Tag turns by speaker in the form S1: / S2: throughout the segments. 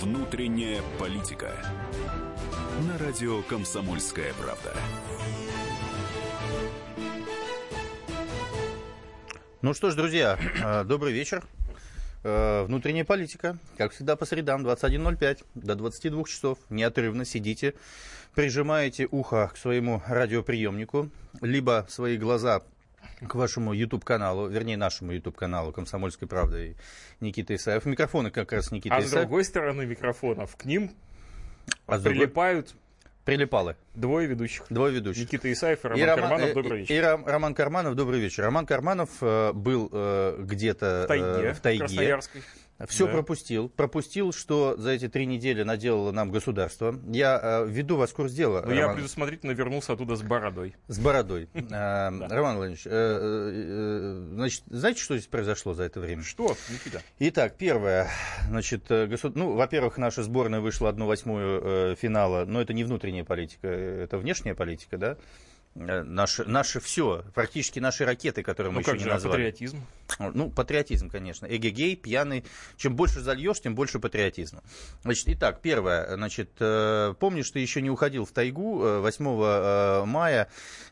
S1: Внутренняя политика. На радио Комсомольская правда.
S2: Ну что ж, друзья, э, добрый вечер. Э, Внутренняя политика, как всегда, по средам 21.05 до 22 часов. Неотрывно сидите, прижимаете ухо к своему радиоприемнику, либо свои глаза к вашему YouTube-каналу, вернее, нашему YouTube-каналу «Комсомольской правды» и Никита Исаев. Микрофоны как раз Никита
S3: А с
S2: Исаев.
S3: другой стороны микрофонов к ним
S2: А с другой-
S3: прилипают
S2: Прилипалы.
S3: двое ведущих.
S2: Двое ведущих.
S3: Никита Исаев и Роман
S2: И Роман-
S3: Карманов.
S2: э,
S3: Добрый
S2: и-
S3: вечер.
S2: и Ром- Роман Карманов, добрый вечер. Роман Карманов э, был э, где-то
S3: в тайге.
S2: э, в тайге.
S3: Красноярской.
S2: Все
S3: Да.
S2: пропустил. Пропустил, что за эти три недели наделало нам государство. Я э, веду вас в курс дела,
S3: Но Ну, я
S2: Роман,
S3: предусмотрительно вернулся оттуда с бородой.
S2: с бородой. Э, Роман Владимирович, э, э, э, значит, знаете, что здесь произошло за это время?
S3: Что, Никита?
S2: Итак, первое. Значит, э, госу- ну, во-первых, наша сборная вышла 1-8 э, финала, но это не внутренняя политика, э, это внешняя политика, да? Э, Наше, наше все, практически наши ракеты, которые мы
S3: Ну
S2: еще
S3: как
S2: не
S3: же, а
S2: назвали.
S3: патриотизм?
S2: Ну, патриотизм, конечно. Эгегей, пьяный. Чем больше зальешь, тем больше патриотизма. Значит, итак, первое. Значит, э, помнишь, ты еще не уходил в тайгу. э, 8 э, мая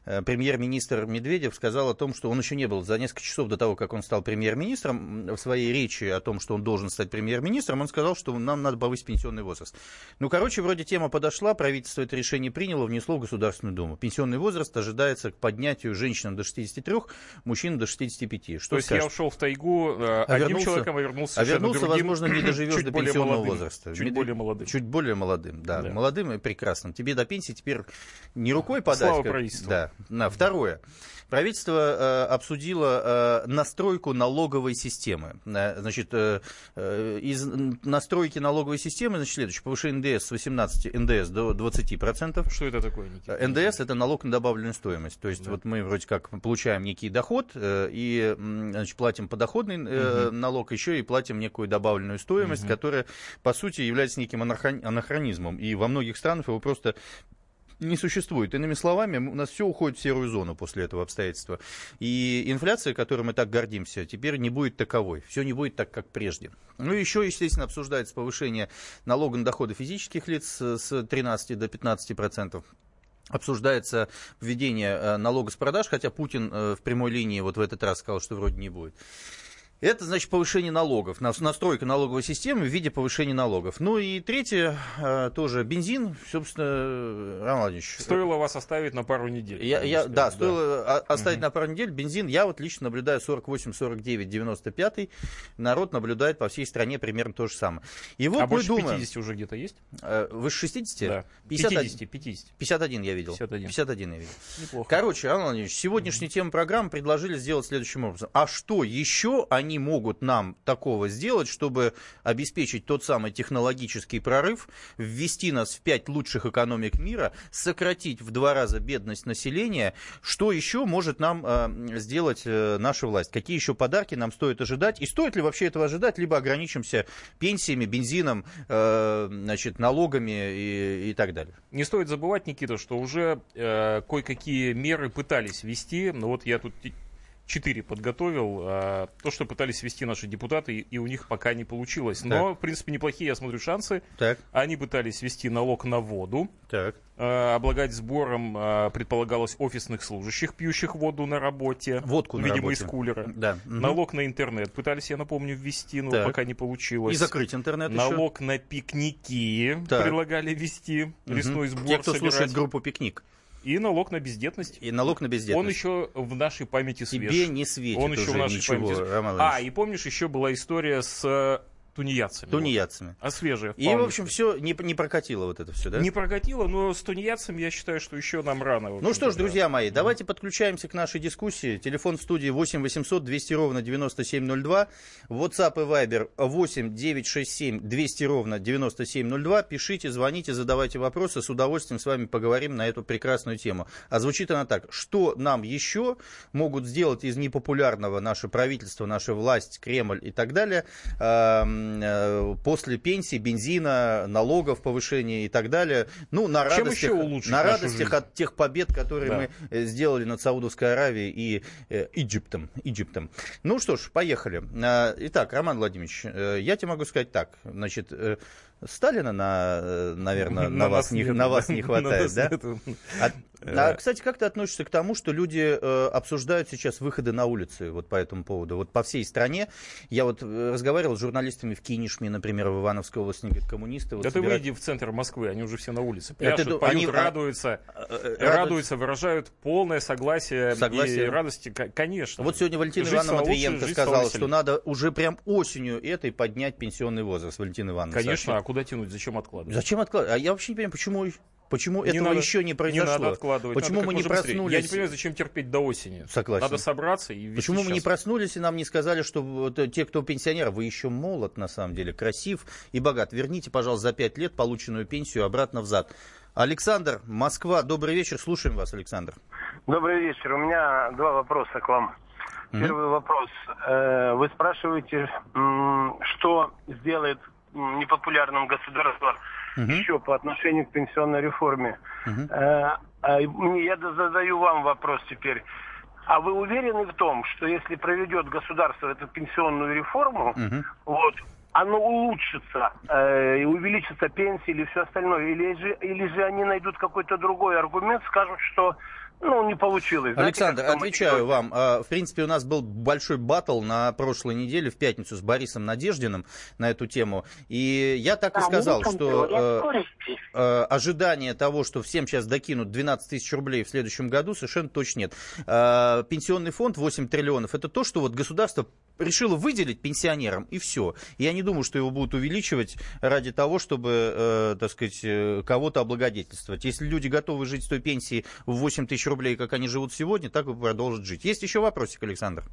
S2: э, премьер-министр Медведев сказал о том, что он еще не был. За несколько часов до того, как он стал премьер-министром, м, в своей речи о том, что он должен стать премьер-министром, он сказал, что нам надо повысить пенсионный возраст. Ну, короче, вроде тема подошла, правительство это решение приняло, внесло в Государственную Думу. Пенсионный возраст ожидается к поднятию женщинам до 63, мужчин до 65. Что
S3: То есть я
S2: скажешь?
S3: ушел в тайгу э,
S2: А
S3: одним
S2: вернулся-
S3: человеком, а вернулся
S2: А
S3: совершенно
S2: вернулся,
S3: другим,
S2: возможно, не доживешь
S3: чуть
S2: до
S3: более
S2: пенсионного
S3: молодым.
S2: возраста.
S3: Чуть
S2: Мед-
S3: более молодым.
S2: Чуть более молодым, да.
S3: Да.
S2: Молодым и прекрасным. Тебе до пенсии теперь не рукой подать.
S3: Слава правительству.
S2: Да. На, второе. Правительство э, обсудило э, настройку налоговой системы. Э, значит, э, э, из м, настройки налоговой системы, значит, следующее. Повышение НДС с 18 НДС до 20%.
S3: Что это такое, Никита?
S2: НДС это налог на добавленную стоимость. То есть, вот мы вроде как получаем некий доход э, и м, значит, платим подоходный э, налог, еще и платим некую добавленную стоимость, которая, по сути, является неким анахон- анахронизмом. И во многих странах его просто не существует. Иными словами, м- у нас все уходит в серую зону после этого обстоятельства. И инфляция, которой мы так гордимся, теперь не будет таковой. Все не будет так, как прежде. Ну и еще, естественно, обсуждается повышение налога на доходы физических лиц э, с 13 до 15 процентов. Обсуждается введение э, налога с продаж, хотя Путин э, в прямой линии вот в этот раз сказал, что вроде не будет. Это значит повышение налогов, нас- настройка налоговой системы в виде повышения налогов. Ну и третье, э, тоже бензин, собственно, э, Роман Владимирович. э,
S3: Стоило вас оставить на пару недель.
S2: я,
S3: как
S2: я-
S3: бы
S2: да,
S3: сказать,
S2: стоило о- оставить на пару недель. Бензин, я вот лично наблюдаю 48, 49, 95. Народ наблюдает по всей стране примерно то же самое. И вот
S3: А
S2: мы
S3: больше
S2: думаем,
S3: 50 уже где-то есть?
S2: э, выше 60?
S3: Да.
S2: 51.
S3: 50, 50.
S2: 51 я видел.
S3: 51.
S2: 51 я видел.
S3: Неплохо.
S2: Короче, Роман Владимирович, сегодняшнюю тему программы предложили сделать следующим образом. А что еще они могут нам такого сделать, чтобы обеспечить тот самый технологический прорыв, ввести нас в пять лучших экономик мира, сократить в два раза бедность населения? Что еще может нам э, сделать э, наша власть? Какие еще подарки нам стоит ожидать? И стоит ли вообще этого ожидать, либо ограничимся пенсиями, бензином, э, значит, налогами и, и так далее?
S3: Не стоит забывать, Никита, что уже э, кое-какие меры пытались вести. Ну вот я тут те- четыре подготовил. э, то, что пытались вести наши депутаты, и, и у них пока не получилось. Но, в принципе, неплохие, я смотрю, шансы.
S2: Так,
S3: Они пытались вести налог на воду.
S2: так.
S3: э, облагать сбором э, предполагалось офисных служащих, пьющих воду на работе.
S2: Водку на
S3: Видимо,
S2: работе.
S3: из кулера.
S2: Да. мгм.
S3: Налог на интернет пытались, я напомню, ввести, но
S2: Так.
S3: пока не получилось.
S2: И закрыть интернет еще.
S3: Налог на пикники
S2: Так.
S3: предлагали вести,
S2: Мгм.
S3: лесной сбор
S2: Те, кто
S3: собирать.
S2: слушает группу «Пикник».
S3: И налог на бездетность.
S2: И налог на
S3: Он
S2: бездетность.
S3: еще в нашей памяти свеж.
S2: Тебе не светит
S3: Он еще
S2: уже
S3: в нашей
S2: ничего,
S3: памяти.
S2: Роман
S3: А,
S2: Иванович.
S3: и помнишь, еще была история с э, тунеядцами.
S2: Тунеядцами.
S3: Вот. А свежая.
S2: И,
S3: вполне
S2: в общем,
S3: себе.
S2: все не, не прокатило вот это все, да?
S3: Не прокатило, но с тунеядцами я считаю, что еще нам рано. в
S2: Ну
S3: общем-то,
S2: что ж,
S3: да.
S2: друзья мои, давайте подключаемся к нашей дискуссии. Телефон в студии 8 800 200 ровно 9702. WhatsApp и Viber 8 967 200 ровно 9702. Пишите, звоните, задавайте вопросы. С удовольствием с вами поговорим на эту прекрасную тему. А звучит она так. Что нам еще могут сделать из непопулярного наше правительство, наша власть, Кремль и так далее эм, э, после пенсии, бензина, налогов, повышения и так далее? Ну, на
S3: Чем
S2: радостях,
S3: еще улучшить
S2: на
S3: нашу
S2: радостях
S3: жизнь?
S2: от тех побед, которые
S3: Да.
S2: мы э, сделали над Саудовской Аравией и э, Египтом. Египтом. Ну что ж, поехали. А, Итак, Роман Владимирович, э, я тебе могу сказать так. Значит, э, Сталина, на, наверное, на,
S3: На
S2: вас,
S3: нас
S2: не,
S3: нет,
S2: на вас не
S3: на
S2: хватает,
S3: нас
S2: да?
S3: нет.
S2: А,
S3: Э.
S2: а, кстати, как ты относишься к тому, что люди э, обсуждают сейчас выходы на улицы вот по этому поводу? Вот по всей стране. Я вот э, разговаривал с журналистами в Кинишме, например, в Ивановской области, они говорят, коммунисты. Вот
S3: Да ты
S2: собирают-
S3: выйди в центр Москвы, они уже все на улице
S2: Я
S3: пляшут,
S2: ты ду-
S3: поют,
S2: они- а-
S3: радуются,
S2: Э, э, радуются.
S3: радуются, выражают полное согласие,
S2: Согласие.
S3: и радости, ко- конечно.
S2: Вот сегодня Валентина
S3: Жизнь
S2: Ивановна
S3: стала лучше,
S2: Матвиенко
S3: жизнь стала
S2: сказала,
S3: веселее.
S2: что надо уже прям осенью этой поднять пенсионный возраст, Валентина Ивановна.
S3: Конечно,
S2: сообщила.
S3: а куда тянуть, зачем откладывать?
S2: Зачем откладывать? А я вообще не понимаю, почему, почему
S3: Не
S2: этого
S3: надо-
S2: еще не
S3: Не
S2: произошло.
S3: надо откладывать.
S2: Почему
S3: надо как
S2: мы не
S3: можно быстрее. Я не
S2: проснулись?
S3: понимаю, зачем терпеть до осени.
S2: Согласен.
S3: Надо собраться и вести
S2: Почему мы не
S3: сейчас.
S2: проснулись и нам не сказали, что вот, э, те, кто пенсионер, вы еще молод, на самом деле, красив и богат. Верните, пожалуйста, за пять лет полученную пенсию обратно взад. Александр, Москва, добрый вечер, слушаем вас, Александр.
S4: Добрый вечер. У меня два вопроса к вам.
S2: Мгм.
S4: Первый вопрос. Э, Вы спрашиваете, м, что сделает м, непопулярным государство
S2: Мгм.
S4: еще по отношению к пенсионной реформе?
S2: Мгм.
S4: Э, а и мне- Я да- задаю вам вопрос теперь. А вы уверены в том, что если проведет государство эту пенсионную реформу,
S2: Мгм.
S4: вот, оно улучшится, э, и увеличится пенсии или все остальное, или же, или же они найдут какой-то другой аргумент, скажут, что ну, не получилось. Знаете,
S2: Александр,
S4: как там
S2: отвечаю
S4: идет?
S2: вам. А, В принципе, у нас был большой баттл на прошлой неделе, в пятницу, с Борисом Надеждиным на эту тему. И я так и сказал, что... э, э, ожидание того, что всем сейчас докинут 12 тысяч рублей в следующем году, совершенно точно нет. Э, Пенсионный фонд 8 триллионов, это то, что вот государство решило выделить пенсионерам, и все. Я не думаю, что его будут увеличивать ради того, чтобы, э, так сказать, э, кого-то облагодетельствовать. Если люди готовы жить с той пенсии в 8 тысяч рублей, как они живут сегодня, так и продолжат жить. Есть еще вопросик, Александр?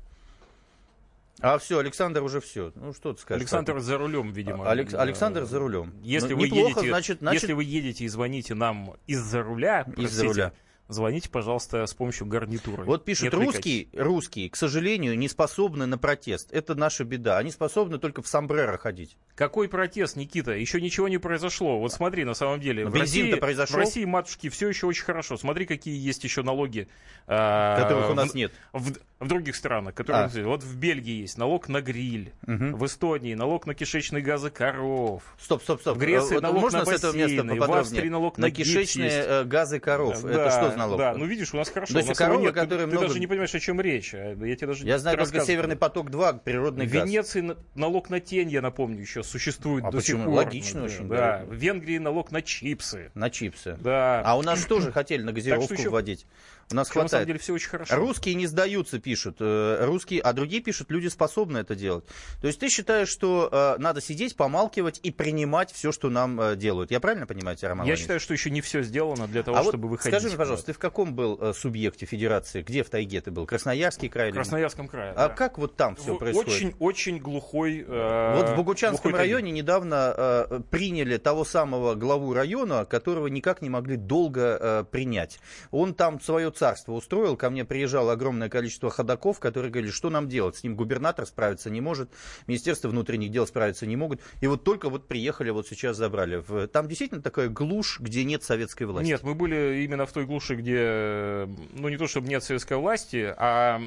S2: А все, Александр уже все. Ну что ты скажешь?
S3: Александр за рулем, видимо.
S2: Алекс- Александр
S3: Э,
S2: за рулем.
S3: Если,
S2: Ну,
S3: вы
S2: неплохо,
S3: едете,
S2: значит, значит,
S3: если вы едете и звоните нам из-за руля, простите,
S2: руля.
S3: звоните, пожалуйста, с помощью гарнитуры.
S2: Вот
S3: Не
S2: пишут,
S3: отвлекайтесь.
S2: русские, русские, к сожалению, не способны на протест. Это наша беда. Они способны только в сомбреро ходить.
S3: Какой протест, Никита? Еще ничего не произошло. Вот смотри, на самом деле.
S2: Но
S3: в
S2: бензин-то
S3: России-
S2: произошел.
S3: В России, матушки, все еще очень хорошо. Смотри, какие есть еще налоги. э,
S2: Которых у нас
S3: в-
S2: нет.
S3: В, в других странах, которые...
S2: А.
S3: Вот в Бельгии есть налог на гриль.
S2: Мгм.
S3: В Эстонии налог на кишечные газы коров.
S2: Стоп, стоп, стоп.
S3: В Греции
S2: Э, вот
S3: налог
S2: можно
S3: на
S2: с этого места
S3: бассейны, в
S2: поподробнее?
S3: Австрии налог на гипс
S2: кишечные
S3: есть.
S2: э, газы коров.
S3: Да,
S2: Это что за налог?
S3: Да, ну видишь, у нас хорошо.
S2: То
S3: у
S2: есть
S3: нас
S2: корова,
S3: его нет. Ты-
S2: которая
S3: ты,
S2: много-
S3: даже не понимаешь, о чем речь. А, Я тебе даже
S2: Я знаю только
S3: рассказываю.
S2: Северный поток-2, природный
S3: В
S2: газ.
S3: Венеции на- налог на тень, я напомню, еще существует
S2: А
S3: до сих
S2: почему?
S3: пор.
S2: Логично
S3: Да,
S2: очень,
S3: Да.
S2: да.
S3: В Венгрии налог на чипсы.
S2: На чипсы.
S3: Да.
S2: А у нас тоже хотели на газировку
S3: еще-
S2: вводить. У нас
S3: Причем, на самом
S2: хватает.
S3: деле все очень хорошо.
S2: Русские не сдаются, пишут. Э, Русские, а другие пишут, люди способны это делать. То есть ты считаешь, что э, надо сидеть, помалкивать и принимать все, что нам э, делают. Я правильно понимаю тебя, Роман
S3: Я
S2: Иванович?
S3: считаю, что еще не все сделано для того,
S2: а
S3: чтобы
S2: вот
S3: выходить.
S2: скажи мне, пожалуйста, ты в каком был э, субъекте федерации? Где в тайге ты был? Красноярский край?
S3: в
S2: или-
S3: Красноярском крае.
S2: А
S3: да.
S2: как вот там все
S3: В-
S2: происходит?
S3: Очень, очень глухой. э,
S2: Вот в Богучанском
S3: глухой тайге.
S2: районе недавно э, приняли того самого главу района, которого никак не могли долго э, принять. Он там свое царство устроил, ко мне приезжало огромное количество ходаков, которые говорили, что нам делать, с ним губернатор справиться не может, Министерство внутренних дел справиться не могут, и вот только вот приехали, вот сейчас забрали. В- Там действительно такая глушь, где нет советской власти.
S3: Нет, мы были именно в той глуши, где, э, ну не то чтобы нет советской власти, а,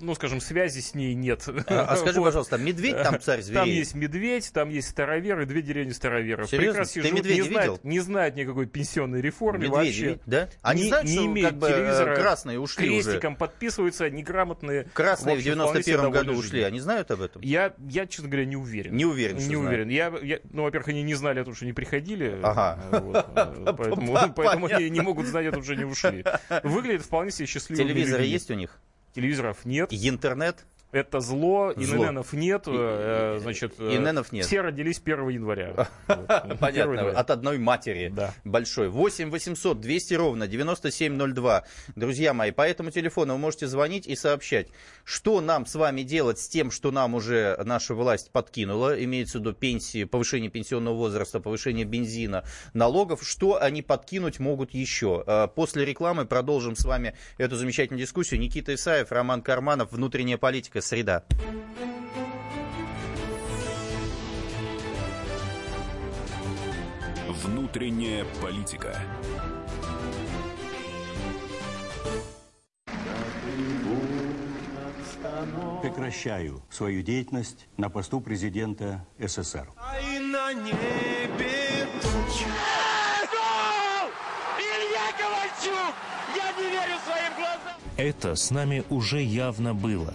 S3: ну скажем, связи с ней нет.
S2: А, а скажи, пожалуйста, медведь там царь зверей?
S3: Там есть медведь, там есть староверы, две деревни староверов.
S2: Серьезно? Ты медведя
S3: не, знают,
S2: видел?
S3: не знают никакой пенсионной реформы
S2: Медведи,
S3: вообще.
S2: ведь, да? Они
S3: Не-
S2: знают,
S3: не
S2: что
S3: имеют
S2: как бы, э,
S3: телевизора.
S2: красные ушли уже.
S3: Крестиком подписываются неграмотные.
S2: Красные в,
S3: общем, вполне себе
S2: 91 году
S3: довольны
S2: ушли.
S3: жизнью.
S2: Они знают об этом?
S3: Я, я, честно говоря, не уверен.
S2: Не уверен, что
S3: Не
S2: знают.
S3: уверен. Я, я- ну, во-первых, они не знали о том, что не приходили.
S2: Ага.
S3: Вот, э, поэтому,
S2: Понятно.
S3: поэтому они не могут знать о том, что не ушли. Выглядят вполне себе счастливыми.
S2: Телевизоры
S3: людьми.
S2: есть у них?
S3: Телевизоров нет.
S2: И Интернет?
S3: Это зло.
S2: Зло.
S3: Инненов нет. э, э, Значит, э,
S2: Инненов нет.
S3: Все родились 1 января. Вот. 1
S2: Понятно,
S3: января.
S2: от одной матери.
S3: Да.
S2: Большой. 8 800 200 ровно 9702. Друзья мои, по этому телефону вы можете звонить и сообщать, что нам с вами делать с тем, что нам уже наша власть подкинула, имеется в виду пенсии, повышение пенсионного возраста, повышение бензина, налогов, что они подкинуть могут еще. Э, После рекламы продолжим с вами эту замечательную дискуссию. Никита Исаев, Роман Карманов, «Внутренняя политика. Среда».
S1: Внутренняя политика.
S5: прекращаю свою деятельность на посту президента СССР.
S6: И на небе тучи. Э, Илья Ковальчук! Я не верю своим глазам!
S7: Это с нами уже явно было.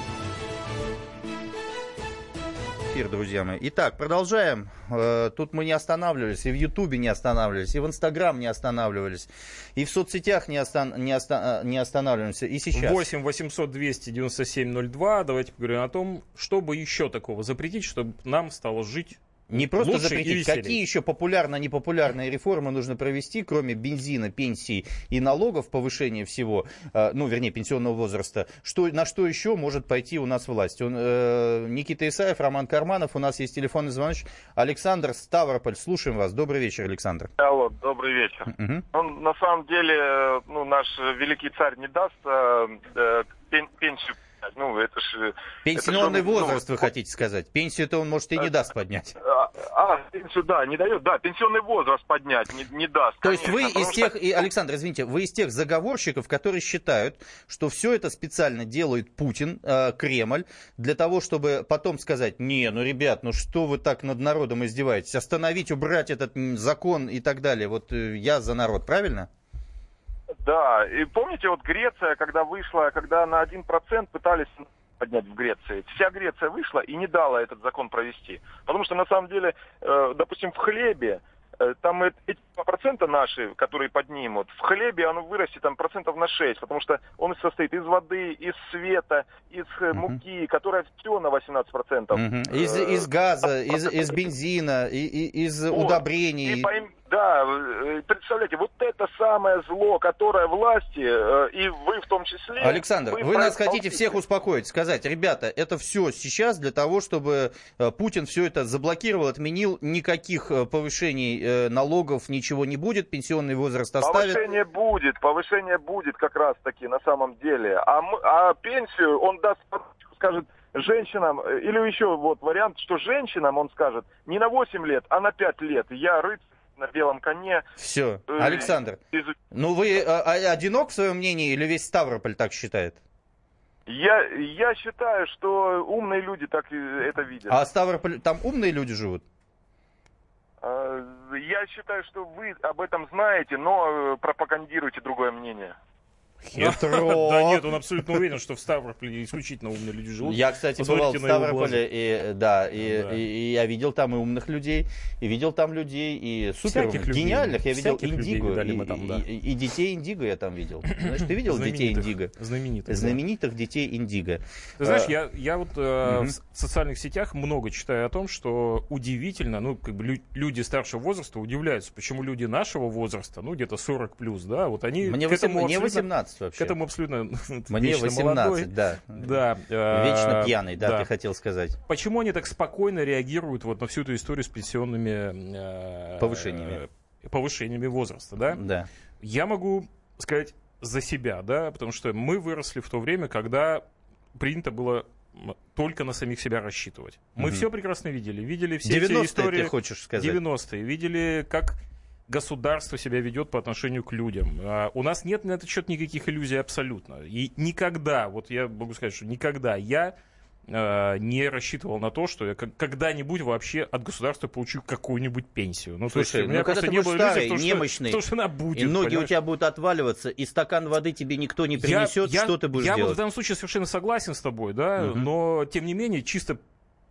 S2: эфир, друзья мои. Итак, продолжаем. Э, Тут мы не останавливались, и в Ютубе не останавливались, и в Инстаграм не останавливались, и в соцсетях не, остан- не, оста- э, не останавливаемся, и сейчас.
S3: 8 800 297 02. Давайте поговорим о том, что бы еще такого запретить, чтобы нам стало жить.
S2: Не просто
S3: Лучше и
S2: запретить,
S3: веселей.
S2: какие еще популярно-непопулярные реформы нужно провести, кроме бензина, пенсий и налогов, повышения всего, э, ну, вернее, пенсионного возраста, что, на что еще может пойти у нас власть? Он, э, Никита Исаев, Роман Карманов, у нас есть телефонный звоночек. Александр Ставрополь, слушаем вас. Добрый вечер, Александр.
S8: Алло, добрый вечер.
S2: Мгм.
S8: Он на самом деле, э, ну, наш э, великий царь не даст э, э, пен- пенсию. поднять. Ну, это же...
S2: Пенсионный
S8: это же он, ну, Э,
S2: возраст, вы хотите сказать. Пенсию-то он, может, и не даст поднять.
S8: А, а, пенсию, да, не дает, да, пенсионный возраст поднять не, не даст.
S2: То есть вы
S8: конечно,
S2: из
S8: потому
S2: тех,
S8: что-
S2: и, Александр, извините, вы из тех заговорщиков, которые считают, что все это специально делает Путин, э, Кремль, для того, чтобы потом сказать, не, ну, ребят, ну что вы так над народом издеваетесь, остановить, убрать этот м, закон и так далее. Вот э, я за народ, правильно?
S8: Да, и помните, вот Греция, когда вышла, когда на 1% пытались поднять в Греции. Вся Греция вышла и не дала этот закон провести. Потому что, на самом деле, э, допустим, в хлебе, э, там э- эти два процента наши, которые поднимут, в хлебе оно вырастет там процентов на 6, потому что он состоит из воды, из света, из э,
S2: Мгм.
S8: муки, которая все на 18%. процентов.
S2: Мгм. Из, из газа, из, из бензина, и- и- из
S8: Э, а, Вот.
S2: удобрений.
S8: И пойм- Да, э, представляете, вот это самое зло, которое власти, э, и вы в том числе...
S2: Александр, вы нас
S8: про-
S2: хотите всех успокоить, сказать, ребята, это все сейчас для того, чтобы э, Путин все это заблокировал, отменил, никаких э, повышений э, налогов, ничего не будет, пенсионный возраст оставит.
S8: Повышение будет, повышение будет как раз таки на самом деле. А, мы- а пенсию он даст, скажет, женщинам, э, или еще вот вариант, что женщинам он скажет не на 8 лет, а на 5 лет. Я рыцарь на белом коне.
S2: Все,
S8: Э,
S2: Александр,
S8: из-
S2: ну вы э, а- одинок в своем мнении или весь Ставрополь так считает?
S8: Я, я считаю, что умные люди так и это видят.
S2: А Ставрополь, там умные люди живут?
S8: Э, Я считаю, что вы об этом знаете, но э, пропагандируете другое мнение.
S2: Хитро.
S3: Да нет, он абсолютно уверен, что в Ставрополе исключительно умные люди живут.
S2: Я, кстати, бывал
S3: Посмотрите
S2: в
S3: на его
S2: Ставрополе, и, э, да, и,
S3: Да.
S2: и- и я видел там и умных людей, и видел там людей, и супер
S3: Всяких людей.
S2: гениальных. Я видел
S3: Всяких людей
S2: Индиго,
S3: видали
S2: и,
S3: мы там, да.
S2: и- и детей Индиго я там видел. Знаешь, ты видел детей
S3: Знаменитых.
S2: Индиго?
S3: Знаменитых. да.
S2: Знаменитых детей Индиго.
S3: Ты знаешь,
S2: Э,
S3: я, я вот э,
S2: мгм.
S3: в с- в социальных сетях много читаю о том, что удивительно, ну, как бы лю- люди старшего возраста удивляются, почему люди нашего возраста, ну, где-то 40 плюс, да, вот они
S2: Э, Мне,
S3: к, этому
S2: восем- мне
S3: абсолютно,
S2: 18 вообще.
S3: к этому абсолютно
S2: мне
S3: вечно
S2: 18,
S3: молодой.
S2: да.
S3: Да, э,
S2: Вечно пьяный, да, ты хотел сказать.
S3: Почему они так спокойно реагируют вот на всю эту историю с пенсионными э,
S2: Повышениями.
S3: э, повышениями возраста, да?
S2: Да.
S3: Я могу сказать за себя, да, потому что мы выросли в то время, когда принято было м, только на самих себя рассчитывать. Мы
S2: Мгм.
S3: все прекрасно видели. Видели все эти
S2: 90-е
S3: истории.
S2: ты хочешь сказать?
S3: 90-е. Видели, как государство себя ведет по отношению к людям. А, У нас нет на этот счет никаких иллюзий абсолютно. И никогда, вот я могу сказать, что никогда я э, не рассчитывал на то, что я к- когда-нибудь вообще от государства получу какую-нибудь пенсию. Ну, то
S2: Слушай,
S3: есть, у
S2: ну,
S3: меня
S2: когда
S3: просто
S2: ты
S3: не
S2: будешь
S3: было иллюзий в
S2: старый,
S3: том, что-
S2: немощный,
S3: в том, что она будет.
S2: И ноги у
S3: понимаешь?
S2: тебя будут отваливаться, и стакан воды тебе никто не принесет,
S3: я,
S2: что ты будешь
S3: я вот в
S2: делать?
S3: данном случае совершенно согласен с тобой, да,
S2: Мгм.
S3: но тем не менее, чисто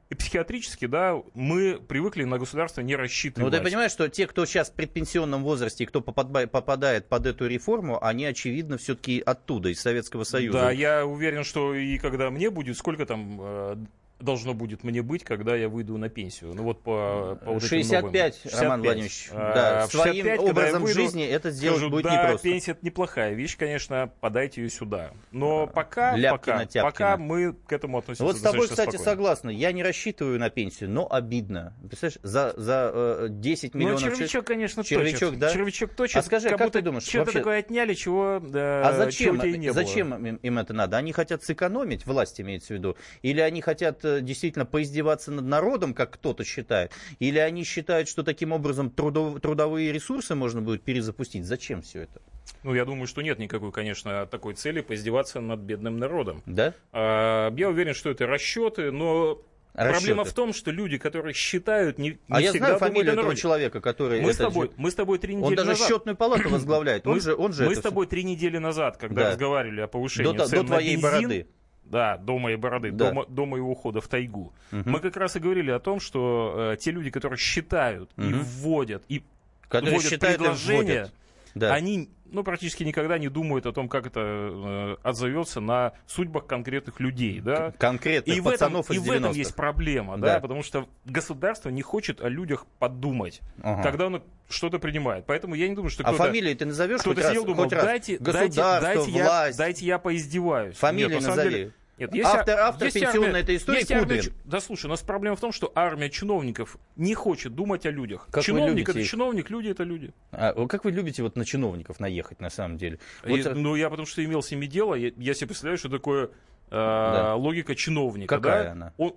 S3: и психиатрически, да, мы привыкли на государство не
S2: Ну,
S3: рассчитывать.
S2: ты понимаешь, что те, кто сейчас в предпенсионном возрасте, и кто попадба- попадает под эту реформу, они, очевидно, все-таки оттуда, из Советского Союза.
S3: Да, я уверен, что и когда мне будет, сколько там, э, должно будет мне быть, когда я выйду на пенсию. Ну вот по, по вот этим
S2: 65,
S3: новым-
S2: Роман Владимирович.
S3: А,
S2: да,
S3: в
S2: своим
S3: 65, когда я
S2: образом
S3: выйду,
S2: жизни это сделать
S3: скажу,
S2: будет
S3: да,
S2: непросто.
S3: пенсия это неплохая вещь, конечно, подайте ее сюда. Но
S2: Э,
S3: пока,
S2: Ляпкина,
S3: пока,
S2: тяпкина.
S3: пока мы к этому относимся
S2: Вот с тобой,
S3: достаточно
S2: кстати,
S3: спокойно.
S2: согласна. Я не рассчитываю на пенсию, но обидно. Представляешь, за, за э, 10
S3: Ну,
S2: миллионов... человек-
S3: червячок, конечно,
S2: Червячок,
S3: точит.
S2: да?
S3: Червячок точит.
S2: А скажи, а как
S3: будто
S2: ты думаешь,
S3: Что-то
S2: вообще-
S3: такое отняли, чего, э,
S2: А зачем,
S3: чего у тебя и не было.
S2: зачем им, им это надо? Они хотят сэкономить, власть имеется в виду, или они хотят э, действительно поиздеваться над народом, как кто-то считает, или они считают, что таким образом трудов- трудовые ресурсы можно будет перезапустить. Зачем все это?
S3: Ну, я думаю, что нет никакой, конечно, такой цели поиздеваться над бедным народом.
S2: Да?
S3: А, я уверен, что это расчеты, но проблема в том, что люди, которые считают, не, не
S2: а я
S3: всегда
S2: знаю
S3: думают
S2: фамилию
S3: о
S2: этого
S3: народе.
S2: человека, который...
S3: Мы с,
S2: это-
S3: тобой, мы с тобой три недели
S2: Он даже
S3: назад...
S2: счетную палату возглавляет. Он
S3: мы
S2: же, он же
S3: мы
S2: это
S3: с тобой три недели назад, когда
S2: Да.
S3: разговаривали о
S2: всё-
S3: повышении
S2: до,
S3: цен
S2: до
S3: на
S2: твоей
S3: бензин,
S2: бороды.
S3: Да, до моей бороды,
S2: Да.
S3: до, мо- до моего ухода в тайгу.
S2: Мгм.
S3: Мы как раз и говорили о том, что э, те люди, которые считают и
S2: Мгм.
S3: вводят, и
S2: Которые
S3: вводят
S2: считают и
S3: предложения,
S2: вводят. Да.
S3: они ну, практически никогда не думают о том, как это э, отзовется на судьбах конкретных людей. Да?
S2: Конкретных
S3: И в, этом,
S2: пацанов
S3: и
S2: из
S3: в этом
S2: 90-х.
S3: есть проблема, да?
S2: Да.
S3: потому что государство не хочет о людях подумать,
S2: Ага.
S3: когда оно что-то принимает. Поэтому я не думаю, что
S2: а
S3: кто-то...
S2: фамилии ты назовешь
S3: Кто-то
S2: хоть раз?
S3: сидел, думал,
S2: хоть раз?
S3: дайте, дайте,
S2: Государство,
S3: дайте, я,
S2: власть.
S3: дайте я поиздеваюсь.
S2: Фамилии
S3: Нет, на самом
S2: назови.
S3: деле- Нет,
S2: Автор-
S3: ар-
S2: автор
S3: есть
S2: пенсионной этой истории
S3: есть армия
S2: Кудрин.
S3: ч- Да слушай, у нас проблема в том, что армия чиновников не хочет думать о людях.
S2: Как вы
S3: Чиновник
S2: любите
S3: это
S2: их.
S3: чиновник, люди это люди.
S2: А, вот как вы любите вот на чиновников наехать на самом деле? Вот,
S3: И-
S2: э,
S3: ну, я потому что имел с ними дело, я, я себе представляю, что такое э,
S2: Да.
S3: логика чиновника.
S2: Какая
S3: да?
S2: она?
S3: Он,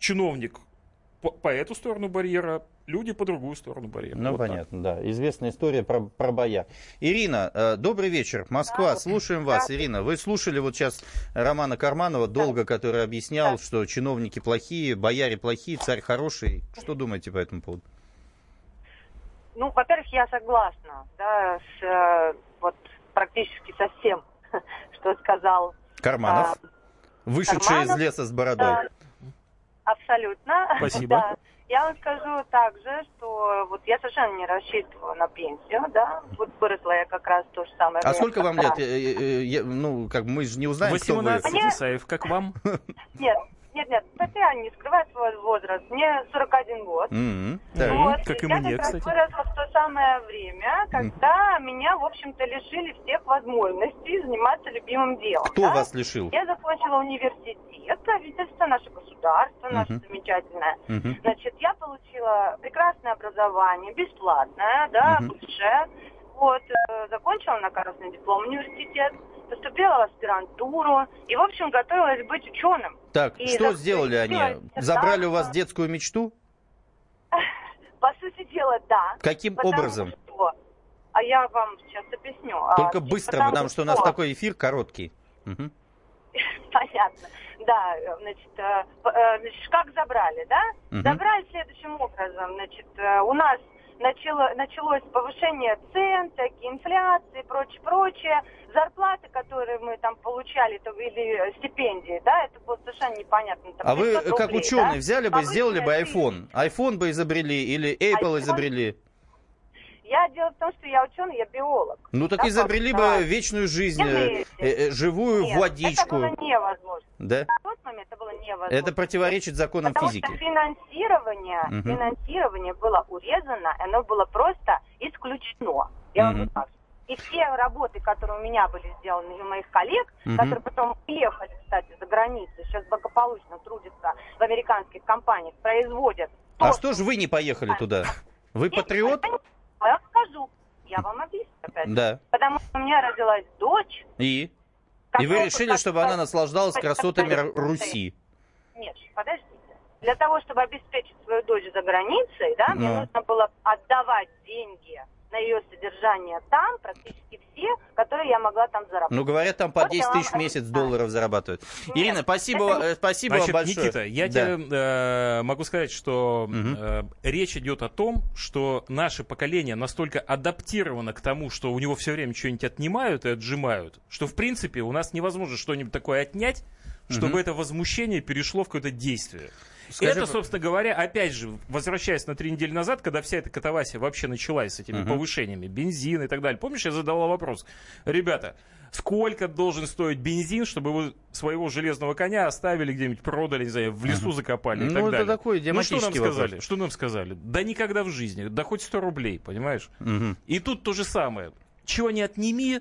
S3: чиновник по, по эту сторону барьера, люди по другую сторону барьера.
S2: Ну,
S3: Вот так.
S2: понятно, да. Известная история про, про боя. Ирина, э, добрый вечер. Москва, слушаем вас. Ирина, вы слушали вот сейчас Романа Карманова долго, который объяснял, что чиновники плохие, бояре плохие, царь хороший. Что думаете по этому поводу?
S9: Ну, во-первых, я согласна, да, с э, вот практически со всем, что сказал.
S2: Карманов,
S9: э,
S2: вышедший из
S9: Карманов,
S2: леса с
S9: да,
S2: бородой.
S9: абсолютно.
S3: Спасибо.
S9: Да. Я вам скажу также, что вот я совершенно не рассчитываю на пенсию, да. Вот выросла я как раз то же самое.
S2: А
S9: время,
S2: сколько вам лет?
S9: когда-
S2: Э, э, э, я- Ну, как бы мы же не узнаем, кто вы.
S3: 18, Исаев, как вам?
S9: Нет, нет, нет, кстати, я не скрываю свой возраст. Мне 41 год.
S2: Мгм,
S3: М-м, Да.
S2: так.
S9: Вот,
S3: как и
S9: я
S3: мне,
S9: как раз
S3: кстати.
S9: выросла в то самое время, когда меня, в общем-то, лишили всех возможностей заниматься любимым делом.
S2: Кто
S9: да?
S2: вас лишил?
S9: Я закончила университет, а, естественно, наше государство, наше
S2: Мгм.
S9: замечательное.
S2: Мгм.
S9: Значит, я получила прекрасное образование, бесплатное, да,
S2: Мгм.
S9: высшее. Вот, э, закончила на красный диплом университет, поступила в аспирантуру и, в общем, готовилась быть ученым.
S2: Так,
S9: И
S2: что
S9: за-
S2: сделали они?
S9: сделать-
S2: Забрали у вас
S9: Да.
S2: детскую мечту?
S9: По сути дела, да.
S2: Каким
S9: Потому
S2: образом?
S9: что- а я вам сейчас объясню. А,
S2: Только быстро, потому что у нас такой эфир короткий. Мгм.
S9: Понятно. Да, э, значит, э, п- э, значит, как забрали, да?
S2: Мгм.
S9: Забрали следующим образом. Значит, э, у нас начало, началось повышение цен, всякие инфляции, прочее, прочее. Зарплаты, которые мы там получали, то или э, стипендии, да, это было совершенно непонятно. там,
S2: А вы,
S9: 500
S2: э, как
S9: рублей,
S2: ученые,
S9: да?
S2: взяли бы и
S9: Обычная
S2: сделали бы а
S9: жизнь.
S2: iPhone? iPhone бы изобрели или Apple
S9: iPhone?
S2: изобрели?
S9: Я дело в том, что я ученый, я биолог.
S2: Ну так
S9: Да,
S2: изобрели бы
S9: собственно.
S2: вечную жизнь, э,
S9: Нет,
S2: э, э, живую
S9: Нет, это было
S2: водичку.
S9: невозможно.
S2: Да?
S9: В тот момент это было невозможно.
S2: Это противоречит законам
S9: Потому
S2: физики.
S9: что финансирование,
S2: Мгм.
S9: финансирование было урезано, оно было просто исключено. Я вам
S2: Мгм.
S9: скажу. И все работы, которые у меня были сделаны и у моих коллег,
S2: Мгм.
S9: которые потом уехали, кстати, за границу, сейчас благополучно трудятся в американских компаниях, производят. то,
S2: А что же вы не поехали туда? Вы патриот?
S9: А Я вам скажу. Я вам объясню опять.
S2: Да.
S9: Потому что у меня родилась дочь.
S2: И? И вы
S9: которая
S2: решили, чтобы она наслаждалась
S9: как-
S2: красотами
S9: как-
S2: Р- Руси.
S9: Нет, подождите. Для того, чтобы обеспечить свою дочь за границей, да, мне
S2: Ну.
S9: нужно было отдавать деньги на ее содержание там, практически все, которые я могла там заработать.
S2: Ну, говорят, там по
S9: Вот я
S2: 10 тысяч в
S9: вам
S2: месяц
S9: объясняю.
S2: долларов зарабатывают.
S9: Нет,
S2: Ирина, спасибо,
S9: это
S2: ва- э, спасибо
S3: Значит,
S2: вам большое.
S3: Никита, я
S2: Да.
S3: тебе э, могу сказать, что
S2: Мгм.
S3: э, речь идет о том, что наше поколение настолько адаптировано к тому, что у него все время что-нибудь отнимают и отжимают, что в принципе у нас невозможно что-нибудь такое отнять, чтобы
S2: Мгм.
S3: это возмущение перешло в какое-то действие.
S2: Скажи,
S3: это, собственно говоря, опять же, возвращаясь на три недели назад, когда вся эта катавасия вообще началась с этими
S2: Мгм.
S3: повышениями, бензин и так далее. Помнишь, я задала вопрос, ребята, сколько должен стоить бензин, чтобы вы своего железного коня оставили где-нибудь, продали, не знаю, в лесу закопали и
S2: Ну,
S3: так
S2: это
S3: далее.
S2: такой
S3: ну, что нам
S2: демагогический вопрос.
S3: сказали? Что нам сказали? Да никогда в жизни, да хоть 100 рублей, понимаешь?
S2: Мгм.
S3: И тут то же самое. Чего не отними,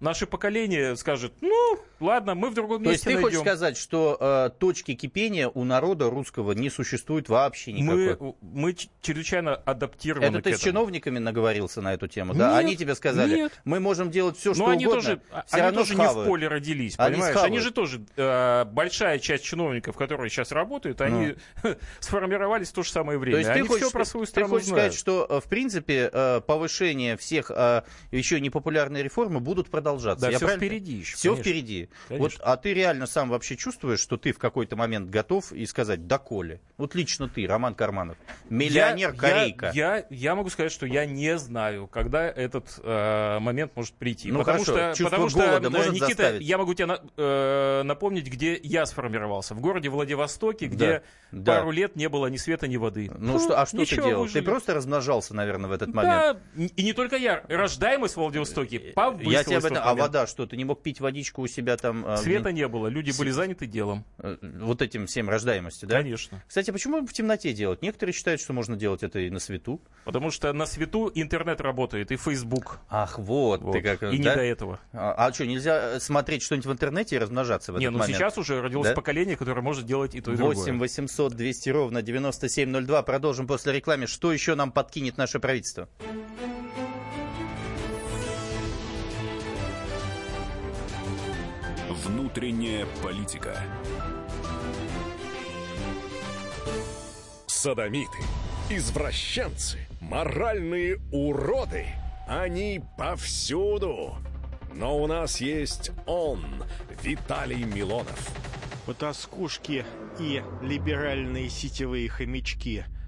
S3: наше поколение скажет, ну, ладно, мы в другом
S2: То есть
S3: месте
S2: ты хочешь
S3: найдем.
S2: сказать, что э, точки кипения у народа русского не существует вообще никакой?
S3: мы, мы ч- чрезвычайно адаптированы
S2: Это
S3: к
S2: ты с
S3: этому.
S2: чиновниками наговорился на эту тему, да?
S3: Нет,
S2: они тебе сказали,
S3: нет.
S2: мы можем делать все, что
S3: Но они
S2: угодно,
S3: тоже, а,
S2: все
S3: они
S2: равно
S3: тоже не в
S2: схавают».
S3: поле родились,
S2: Они
S3: понимаешь?
S2: схавают.
S3: Они же тоже, э, большая часть чиновников, которые сейчас работают, они сформировались в то же самое время.
S2: Ну. То есть
S3: они
S2: ты хочешь,
S3: все про свою
S2: ты
S3: страну
S2: хочешь
S3: знают.
S2: сказать, что э, в принципе э, повышение всех э, еще непопулярные реформы будут продолжаться?
S3: Да, всё впереди ещё,
S2: Все
S3: конечно.
S2: впереди. Вот,
S3: Конечно.
S2: а ты реально сам вообще чувствуешь, что ты в какой-то момент готов и сказать «доколе». Вот лично ты, Роман Карманов, миллионер
S3: Я- я-
S2: корейка.
S3: Я, я, могу сказать, что я не знаю, когда этот э, момент может прийти.
S2: Ну,
S3: потому
S2: хорошо,
S3: что,
S2: чувство
S3: потому что,
S2: голода
S3: э,
S2: может
S3: Никита,
S2: заставить?
S3: я могу тебе на- э, напомнить, где я сформировался. В городе Владивостоке, где
S2: да.
S3: пару лет не было ни света, ни воды.
S2: Ну что, а что ты
S3: ничего,
S2: делал?
S3: выжили.
S2: Ты просто размножался, наверное, в этот момент.
S3: Да, и не только я. Рождаемость в Владивостоке
S2: Я
S3: повысилась.
S2: тебя об
S3: в тот
S2: этом- А
S3: момент.
S2: вода что? Ты не мог пить водичку у себя там? э,
S3: Света
S2: где-
S3: не было, люди были заняты делом.
S2: э, Вот этим всем рождаемости, да?
S3: Конечно.
S2: Кстати, почему в темноте делать? Некоторые считают, что можно делать это и на свету.
S3: Потому что на свету интернет работает, и Facebook.
S2: Ах, вот,
S3: Вот.
S2: ты как...
S3: И не
S2: да?
S3: до этого.
S2: А, а что, нельзя э, смотреть что-нибудь в интернете и размножаться в этот
S3: Не, ну
S2: момент?
S3: сейчас уже родилось
S2: Да?
S3: поколение, которое может делать и то, и
S2: 8
S3: другое.
S2: 800 200 ровно 9702. Продолжим после рекламы. Что еще нам подкинет наше правительство?
S1: Внутренняя политика.
S10: Садомиты, извращенцы, моральные уроды. Они повсюду. Но у нас есть он, Виталий Милонов.
S11: Потаскушки и либеральные сетевые хомячки.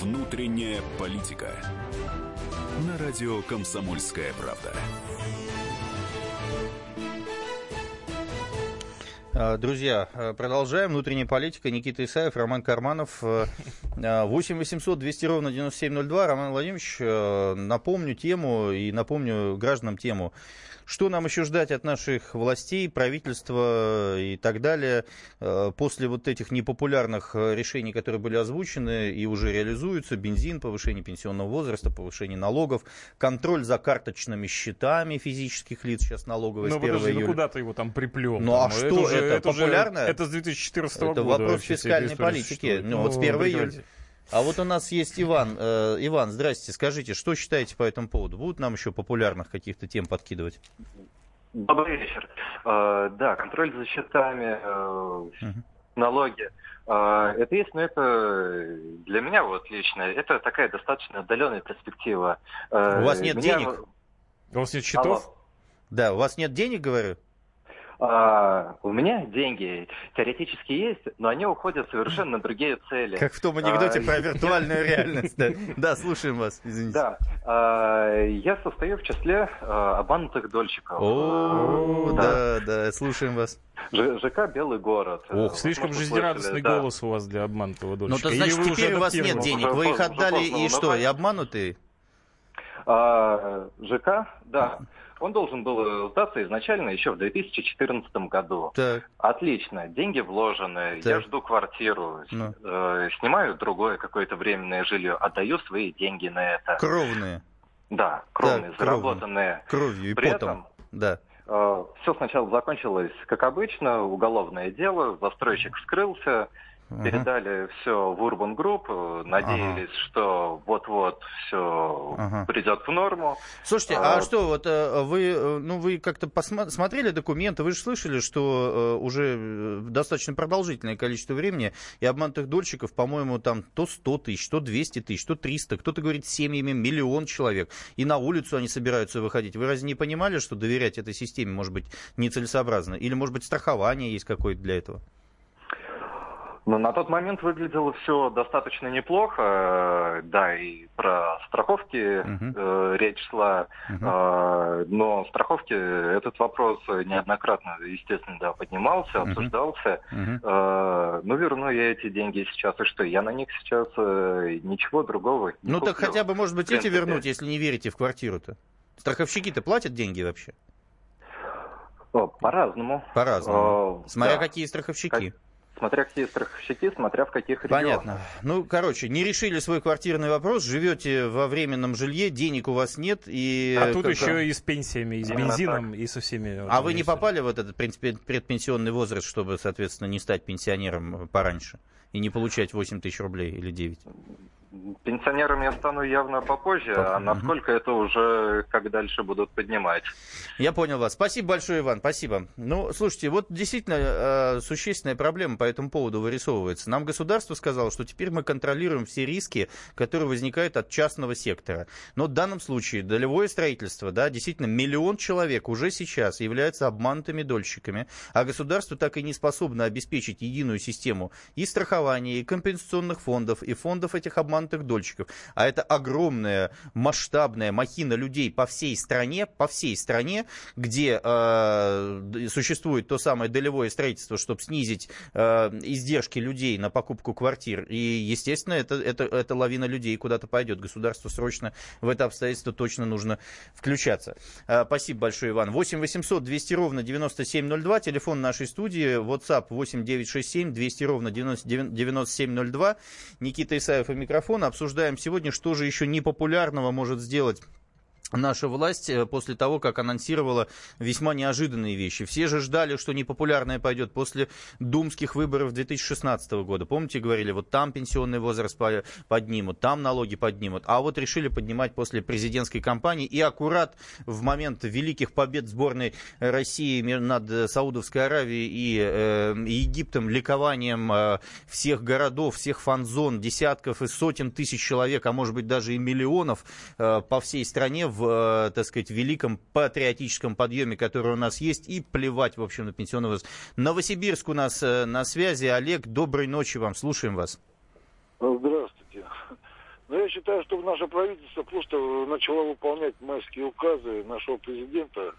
S1: Внутренняя политика. На радио «Комсомольская правда».
S2: А, Друзья, э, продолжаем. Внутренняя политика. Никита Исаев, Роман Карманов. Э, э, 8 800 200 ровно 9702. Роман Владимирович, э, напомню тему и напомню гражданам тему. Что нам еще ждать от наших властей, правительства и так далее э, после вот этих непопулярных э, решений, которые были озвучены и уже реализуются? Бензин, повышение пенсионного возраста, повышение налогов, контроль за карточными счетами физических лиц, сейчас налоговая с
S3: Ну
S2: 1
S3: подожди, ну
S2: июля.
S3: куда ты его там приплел?
S2: Ну,
S3: Там,
S2: а что
S3: уже-
S2: это,
S3: уже-
S2: популярно?
S3: это с 2014 года.
S2: Это вопрос
S3: вообще вся
S2: фискальной
S3: эта история
S2: политики.
S3: существует.
S2: Ну, вот с 1
S3: прекратите.
S2: июля. А вот у нас есть Иван. Э, Иван, здрасте. Скажите, что считаете по этому поводу? Будут нам еще популярных каких-то тем подкидывать?
S12: Добрый вечер. Э, Да, контроль за счетами, э, налоги. Э, Это есть, но это для меня вот лично, это такая достаточно отдаленная перспектива. Э, У
S2: У вас нет денег?
S3: У вас нет
S12: счетов?
S2: Да, у вас нет денег, говорю?
S12: э, у меня деньги теоретически есть, но они уходят совершенно на другие цели.
S2: Как в том анекдоте
S12: А,
S2: про
S12: я-
S2: виртуальную реальность. да. Да, слушаем вас, извините.
S12: Да, а, я состою в числе а, обманутых дольщиков. Э,
S2: О, да, да, слушаем вас.
S12: Ж- ЖК «Белый город». Э,
S3: Ох, слишком
S12: Возможно,
S3: жизнерадостный
S12: слышали, да.
S3: голос у вас для обманутого
S2: Ну,
S3: дольщика.
S2: то
S3: Или
S2: значит,
S3: вы уже
S2: теперь у вас нет
S3: адаптированы?
S2: денег. Вы их
S12: Запоздно,
S2: отдали
S12: запоздно,
S2: и
S12: ну,
S2: что, и обманутые?
S12: А, ЖК, да. Он должен был э, сдаться изначально еще в 2014 году.
S2: Так.
S12: Отлично, деньги вложены, я
S2: Так.
S12: жду квартиру, с-
S2: Ну.
S12: э, снимаю другое какое-то временное жилье, отдаю свои деньги на это.
S2: Кровные.
S12: Да, кровные,
S2: Да, кровные.
S12: заработанные.
S2: Кровью и
S12: При
S2: потом.
S12: этом- э,
S2: Да.
S12: Все сначала закончилось, как обычно, уголовное дело, застройщик вскрылся, Передали все в Urban Group, э, надеялись, что вот-вот все
S2: Ага.
S12: придет в норму.
S2: Слушайте, а, что, вот э, вы, э, ну, вы как-то посмотрели документы, вы же слышали, что э, уже э, достаточно продолжительное количество времени и обманутых дольщиков, по-моему, там то 100 тысяч, то 200 тысяч, то 300, кто-то говорит с семьями миллион человек, и на улицу они собираются выходить. Вы разве не понимали, что доверять этой системе может быть нецелесообразно? Или, может быть, страхование есть какое-то для этого?
S12: Но на тот момент выглядело все достаточно неплохо, э, да, и про страховки э, речь шла, Э, но страховки этот вопрос неоднократно, естественно, да, поднимался,
S13: Мгм.
S12: обсуждался. Э, Ну, верну я эти деньги сейчас, и что? Я на них сейчас э, ничего другого не
S2: Ну, так
S12: куплю.
S2: хотя бы, может быть,
S12: В
S2: эти
S12: принципе.
S2: вернуть, если не верите в квартиру-то. Страховщики-то платят деньги вообще?
S12: О, По-разному.
S2: По-разному.
S12: Э,
S2: Смотря
S12: да.
S2: какие страховщики.
S12: Смотря какие страховщики, смотря в каких регионах.
S2: Понятно. Ну, короче, не решили свой квартирный вопрос, живете во временном жилье, денег у вас нет и...
S3: А тут
S2: как-
S3: еще и с пенсиями, и с
S2: Именно
S3: бензином, и со всеми.
S2: А вы не попали в этот принципе, предпенсионный возраст, чтобы, соответственно, не стать пенсионером э, пораньше и не получать 8 тысяч рублей или 9?
S12: Пенсионером я стану явно попозже, а насколько это уже как дальше будут поднимать.
S2: Я понял вас. Спасибо большое, Иван, спасибо. Ну, слушайте, вот действительно э, существенная проблема по этому поводу вырисовывается. Нам государство сказало, что теперь мы контролируем все риски, которые возникают от частного сектора. Но в данном случае долевое строительство, да, действительно, миллион человек уже сейчас являются обманутыми дольщиками, а государство так и не способно обеспечить единую систему и страхования, и компенсационных фондов, и фондов этих обманутых дольщиков. А это огромная, масштабная махина людей по всей стране, по всей стране, где э, д- существует то самое долевое строительство, чтобы снизить э, издержки людей на покупку квартир. И, естественно, это, это, эта лавина людей куда-то пойдет. Государству срочно в это обстоятельство точно нужно включаться. Э, спасибо большое, Иван. 8 800 200 ровно 9702, телефон нашей студии, WhatsApp 8 967 200 ровно 90 9702. Никита Исаев и микрофон. Обсуждаем сегодня, что же еще непопулярного может сделать наша власть э, после того, как анонсировала весьма неожиданные вещи. Все же ждали, что непопулярное пойдет после думских выборов 2016 года. Помните, говорили, вот там пенсионный возраст по- поднимут, там налоги поднимут. А вот решили поднимать после президентской кампании. И аккурат в момент великих побед сборной России мер- над э, Саудовской Аравией и э, Египтом, ликованием э, всех городов, всех фан-зон, десятков и сотен тысяч человек, а может быть даже и миллионов э, по всей стране в, э, так сказать, великом патриотическом подъеме, который у нас есть, и плевать, в общем, на пенсионный возраст. Новосибирск у нас э, на связи. Олег, доброй ночи вам, слушаем вас.
S14: Ну, Здравствуйте. Ну, я считаю, что наше правительство просто начало выполнять майские указы нашего президента,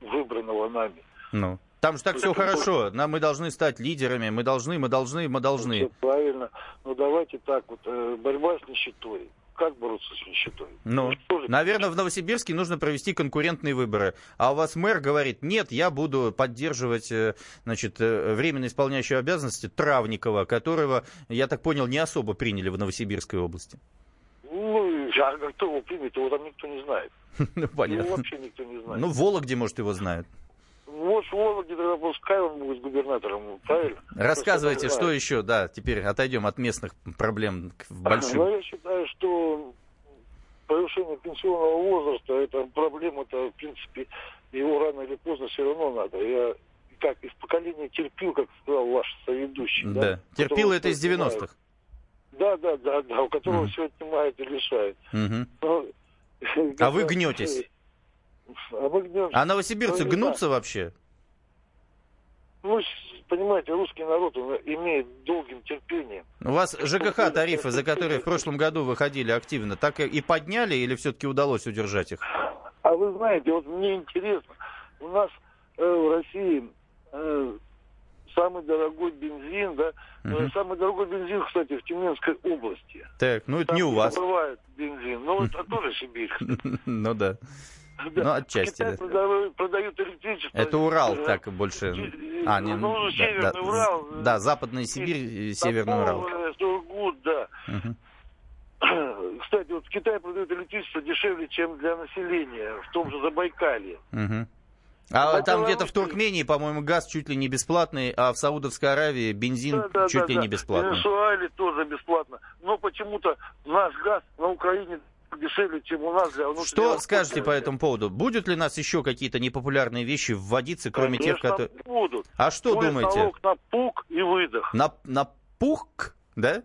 S14: э, выбранного нами.
S2: Ну. Там же так все хорошо. Нам мы должны стать лидерами. Мы должны, мы должны, мы должны.
S14: Правильно. Но давайте так вот, э, борьба с нищетой. Как бороться с нищетой?
S2: Ну, наверное, в Новосибирске нужно провести конкурентные выборы. А у вас мэр говорит, нет, я буду поддерживать, э, значит, э, временно исполняющего обязанности Травникова, которого, я так понял, не особо приняли в Новосибирской области.
S14: Ну, и- а кто его примет, его там никто не знает.
S2: Ну,
S14: Его
S2: понятно.
S14: вообще никто не знает.
S2: Ну, в Вологде, может, его знают.
S14: Вот в Вологде тогда пускай он будет губернатором, правильно?
S2: Рассказывайте,
S14: Просто
S2: что
S14: знает.
S2: еще, да, теперь отойдем от местных проблем к
S14: Ну, Но
S2: большим.
S14: я считаю, что повышение пенсионного возраста, это проблема-то, в принципе, его рано или поздно все равно надо. Я как из поколения терпил, как сказал ваш соведущий.
S2: Да. Терпила
S14: Которого
S2: это
S14: всё
S2: из 90-х.
S14: отнимает. Да, да, да, да, у которого все отнимает и лишает.
S2: Мгм.
S14: Но-
S2: А вы гнетесь.
S14: А вы гнетесь.
S2: А новосибирцы
S14: Ну, не
S2: гнутся вообще?
S14: Ну, с- понимаете, русский народ он имеет долгим терпением.
S2: У вас ЖКХ тарифы, за которые в прошлом году выходили активно, так и- и подняли или все-таки удалось удержать их?
S14: А вы знаете, вот мне интересно, у нас э, в России э, самый дорогой бензин, да,
S2: Мгм.
S14: э, самый дорогой бензин, кстати, в Тюменской области.
S2: Так, ну это
S14: Там
S2: не у вас.
S14: Бывает бензин, но это тоже Сибирь.
S2: Ну да.
S14: Да.
S2: Ну, отчасти.
S14: Китай
S2: да.
S14: продают, продают электричество. Э,
S2: Это Урал
S14: Да.
S2: так больше. А, не,
S14: Ну,
S2: да,
S14: Северный
S2: да.
S14: Урал, э,
S2: З- Да, Западная Сибирь и Северный Урал.
S14: Тамбов, э, Сургут, да.
S2: Мгм.
S14: Кстати, вот в Китае продают электричество дешевле, чем для населения, в том же Забайкалье.
S2: Мгм. А там где-то в Туркмении, по-моему, газ чуть ли не бесплатный, а в Саудовской Аравии бензин
S14: Да, да,
S2: чуть
S14: да,
S2: ли
S14: да. Э,
S2: не бесплатный.
S14: Венесуэле тоже бесплатно. Но почему-то наш газ на Украине дешевле, чем у нас для внутреннего
S2: Что скажете по этому поводу? Будут ли у нас еще какие-то непопулярные вещи вводиться, кроме тех,
S14: Конечно,
S2: которые...
S14: будут.
S2: А что
S14: Будет
S2: думаете?
S14: налог на пук и выдох.
S2: На, на пук, да?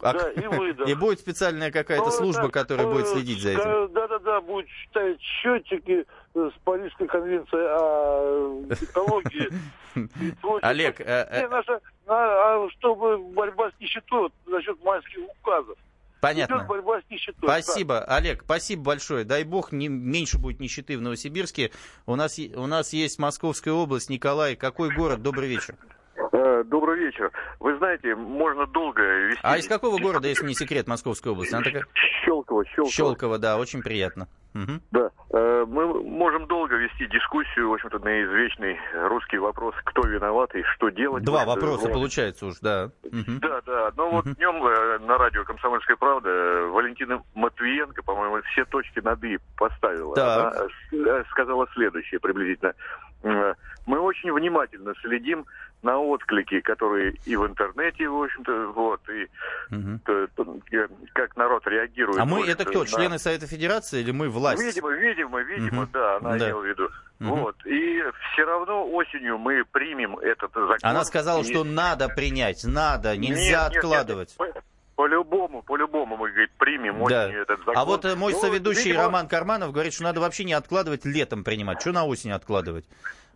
S2: А-
S14: Да, и выдох.
S2: И будет специальная какая-то
S14: Ну,
S2: служба,
S14: это,
S2: которая будет
S14: э,
S2: следить за этим.
S14: ска- Да-да-да, будет считать счетчики э, с Парижской конвенции о э, экологии. и прочее.
S2: Олег, э, э,
S14: Не, наша, на- а чтобы борьба с нищетой вот, за счет майских указов.
S2: Понятно.
S14: Идет борьба с нищетой.
S2: Спасибо, Олег, спасибо большое. Дай бог, не, меньше будет нищеты в Новосибирске. У нас, е- у нас есть Московская область, Николай. Какой город? Добрый вечер.
S13: Э, Добрый вечер. Вы знаете, можно долго вести.
S2: А из какого города, если не секрет, Московская область? Она такая...
S13: Щелково, Щелково.
S2: Щелково, да, очень приятно. Мгм.
S13: Да. Э, Мы можем долго вести дискуссию, в общем-то, на извечный русский вопрос, кто виноват и что делать.
S2: Два
S13: Вот, э,
S2: вопроса
S13: вот.
S2: получается уж, да. Мгм.
S13: Да, да. Но вот днем э, на радио «Комсомольская правда» э, Валентина Матвиенко, по-моему, все точки над «и» поставила.
S2: Так.
S13: Она э, с- э, сказала следующее приблизительно. Э, Мы очень внимательно следим на отклики, которые и в интернете, в общем-то, вот, и э, э, как народ реагирует.
S2: А
S13: в
S2: мы
S13: общем-то,
S2: это кто,
S13: на-
S2: члены Совета Федерации или мы власть?
S13: Видимо, видимо, видимо,
S2: Мгм.
S13: да, она
S2: Да.
S13: имела в виду.
S2: Мгм.
S13: Вот. И все равно осенью мы примем этот закон.
S2: Она сказала,
S13: И-
S2: что надо принять, надо,
S13: Нет,
S2: нельзя
S13: нет, нет,
S2: откладывать.
S13: по- По-любому, по-любому мы говорит, примем
S2: Да.
S13: осенью этот закон.
S2: А вот э, мой
S13: Ну,
S2: соведущий
S13: видимо,
S2: Роман Карманов говорит, что надо вообще не откладывать, летом принимать. Что на осень откладывать?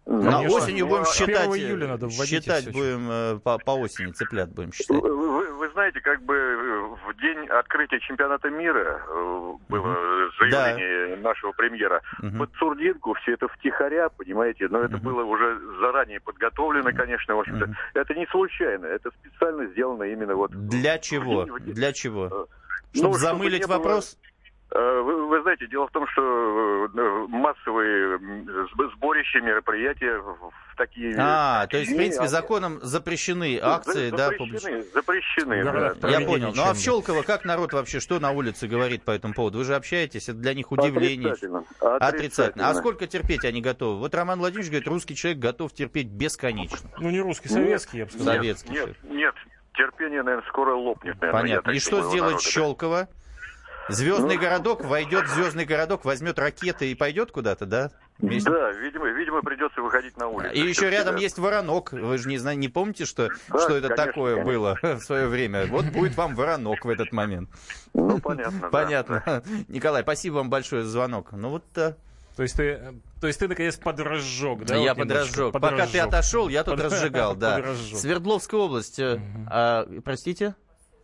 S2: на
S13: конечно.
S2: осенью будем
S13: Ну, а
S2: считать,
S13: 1
S2: э,
S13: июля надо вводить и
S2: считать
S13: всё.
S2: будем э, по, по осени, цеплят будем считать.
S13: Вы, вы- вы знаете, как бы э, в день открытия чемпионата мира э, было заявление нашего премьера. Под Сурдинку все это втихаря, понимаете, но это было уже заранее подготовлено, конечно, в общем-то. Это не случайно, это специально сделано именно вот...
S2: Для чего? Для чего?
S13: Ну,
S2: Чтобы
S13: чтобы
S2: замылить
S13: не было-
S2: вопрос?
S13: Э, Вы, вы знаете, дело в том, что э, массовые м, сб- сборища, мероприятия в в такие...
S2: А, то есть, в
S13: дни,
S2: принципе,
S13: они- ну,
S2: законом запрещены акции,
S13: за-
S2: да,
S13: запрещены,
S2: публичные?
S13: запрещены. да.
S2: Я понял. Ну а в Щелково как народ вообще, что на улице говорит по этому поводу? Вы же общаетесь, это для них удивление.
S13: Отрицательно.
S2: Отрицательно.
S13: Отрицательно.
S2: А сколько терпеть они готовы? Вот Роман Владимирович говорит, русский человек готов терпеть бесконечно.
S3: Ну, не русский, советский, я бы сказал.
S2: Советский.
S13: Нет, нет, терпение, наверное, скоро лопнет. Наверное, я
S2: Понятно.
S13: так
S2: И что
S13: думаю, у
S2: сделает
S13: народа.
S2: Щелково? Звездный
S13: Ну,
S2: городок войдет, звездный городок возьмет ракеты и пойдет куда-то, да? Вместе?
S13: Да, видимо, видимо, придется выходить на улицу.
S2: И еще
S13: всё-таки,
S2: рядом
S13: да.
S2: есть воронок. Вы же не, зна- не помните, что,
S13: Да,
S2: что это
S13: конечно,
S2: такое
S13: конечно.
S2: было в свое время? Вот будет вам воронок в этот момент.
S13: Ну, понятно. да.
S2: Понятно. Николай, спасибо вам большое за звонок. Ну вот да.
S3: То есть ты, э, то есть ты наконец подрожжок, да?
S2: я
S3: вот немножко?
S2: подрожжег. Пока ты
S3: Подрожжёг.
S2: отошел, я тут
S3: Под-
S2: разжигал, да.
S3: Подрожжёг.
S2: Свердловская область. э, а, Простите?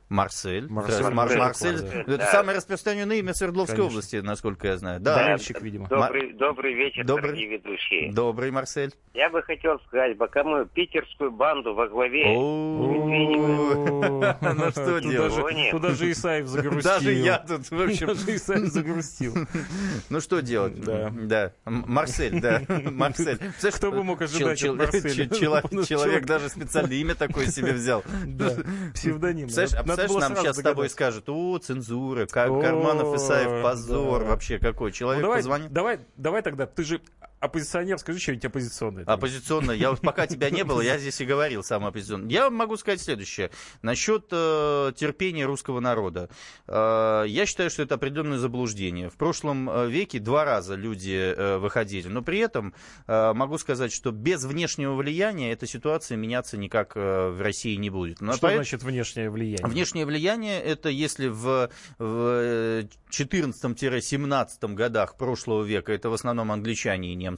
S2: Марсель.
S3: Марсель.
S2: Здравствуйте, Мар-
S15: Марсель,
S2: Марсель.
S15: да.
S2: Это
S15: Да.
S2: самое распространенное имя Свердловской
S15: Конечно.
S2: области, насколько я знаю. Да.
S15: Добрый,
S2: Ма-
S15: добрый вечер,
S2: Добрый.
S15: дорогие ведущие.
S2: Добрый Марсель.
S15: Я бы хотел сказать, пока мы питерскую банду во главе...
S3: Ну,
S2: О, Ну что
S3: Тут
S2: делать?
S3: даже- тут даже Исаев загрустил.
S2: Даже я тут, в общем.
S3: Даже Исаев загрустил.
S2: Ну что делать? Да. да. М- Марсель, да. Марсель. Представляешь,
S3: Кто бы мог ожидать
S2: чел-
S3: от
S2: чел-
S3: Марселя?
S2: чел- чело-
S3: Ну,
S2: Человек
S3: человек.
S2: даже специально имя такое себе взял.
S3: Да, псевдоним.
S2: Представляешь, а
S3: Надо
S2: представляешь,
S3: было
S2: нам
S3: сразу
S2: сейчас с тобой
S3: догадаться.
S2: скажут, о, цензура, Ка-
S3: О,
S2: Карманов, Исаев, позор
S3: да.
S2: вообще какой.
S3: Ну,
S2: Человек
S3: давай,
S2: позвонил.
S3: Давай, давай тогда, ты же оппозиционер, скажи что-нибудь оппозиционное.
S2: Оппозиционно, я вот пока тебя не было, я здесь и говорил сам оппозиционно. Я вам могу сказать следующее. Насчет э, терпения русского народа. Э, я считаю, что это определенное заблуждение. В прошлом э, веке два раза люди э, выходили, но при этом э, могу сказать, что без внешнего влияния эта ситуация меняться никак э, в России не будет. Ну, а
S3: Что
S2: поэт-
S3: значит внешнее влияние?
S2: Внешнее влияние – это если в, в 14-17 годах прошлого века, это в основном англичане и немцы,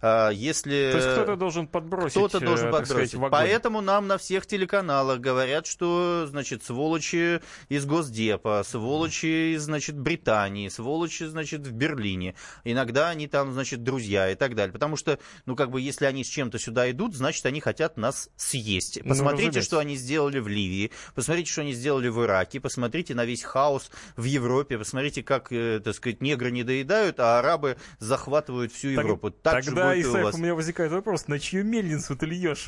S2: а если…
S3: То есть кто-то должен подбросить,
S2: Кто-то должен
S3: э, так сказать,
S2: подбросить.
S3: в огонь.
S2: Поэтому нам на всех телеканалах говорят, что, значит, сволочи из Госдепа, сволочи, из, значит, Британии, сволочи, значит, в Берлине. Иногда они там, значит, друзья и так далее. Потому что, ну, как бы, если они с чем-то сюда идут, значит, они хотят нас съесть.
S15: Ну,
S2: Посмотрите,
S15: разумеется.
S2: что они сделали в Ливии, посмотрите, что они сделали в Ираке, посмотрите на весь хаос в Европе, посмотрите, как, э, так сказать, негры не доедают, а арабы захватывают всю
S3: Так,
S2: Европу. Вот так же
S3: Тогда,
S2: будет и у
S3: Исаев,
S2: вас.
S3: у меня возникает вопрос, на чью мельницу ты льешь?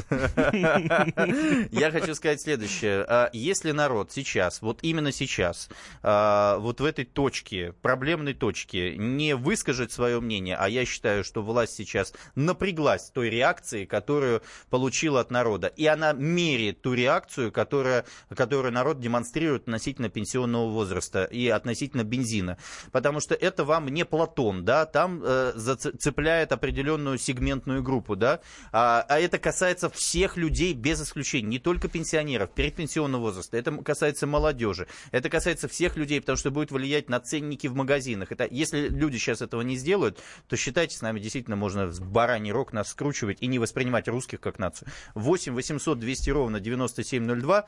S2: Я хочу сказать следующее. А, Если народ сейчас, вот именно сейчас, а, вот в этой точке, проблемной точке, не выскажет свое мнение, а я считаю, что власть сейчас напряглась той реакции, которую получила от народа, и она меряет ту реакцию, которая, которую народ демонстрирует относительно пенсионного возраста и относительно бензина. Потому что это вам не Платон, да, там э, заце- цепляет определенную сегментную группу, да, а, а это касается всех людей без исключения, не только пенсионеров, передпенсионного возраста, это м- касается молодежи, это касается всех людей, потому что будет влиять на ценники в магазинах. Это, если люди сейчас этого не сделают, то считайте, с нами действительно можно в бараний рог нас скручивать и не воспринимать русских как нацию. 8 800 200 ровно 9702.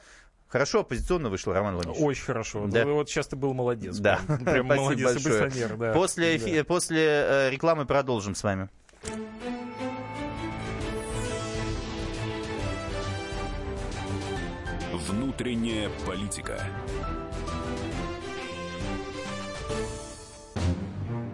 S2: Хорошо оппозиционно вышло, Роман Владимирович.
S3: Очень хорошо.
S2: Да.
S3: Ну, вот сейчас ты был молодец.
S2: Да.
S3: Прям, прям
S2: Спасибо
S3: молодец и
S2: большое.
S3: пенсионер, да.
S2: После,
S3: Да.
S2: эфи- после э, рекламы продолжим с вами.
S1: Внутренняя политика.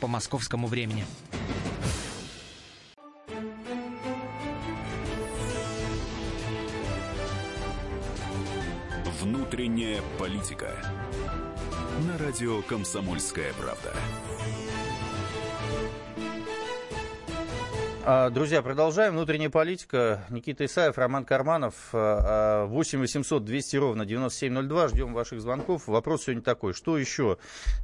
S16: по московскому времени.
S1: Внутренняя политика. На радио «Комсомольская правда».
S2: А, Друзья, продолжаем. Внутренняя политика. Никита Исаев, Роман Карманов. А, а, 8 800 200 ровно 9702. Ждем ваших звонков. Вопрос сегодня такой. Что еще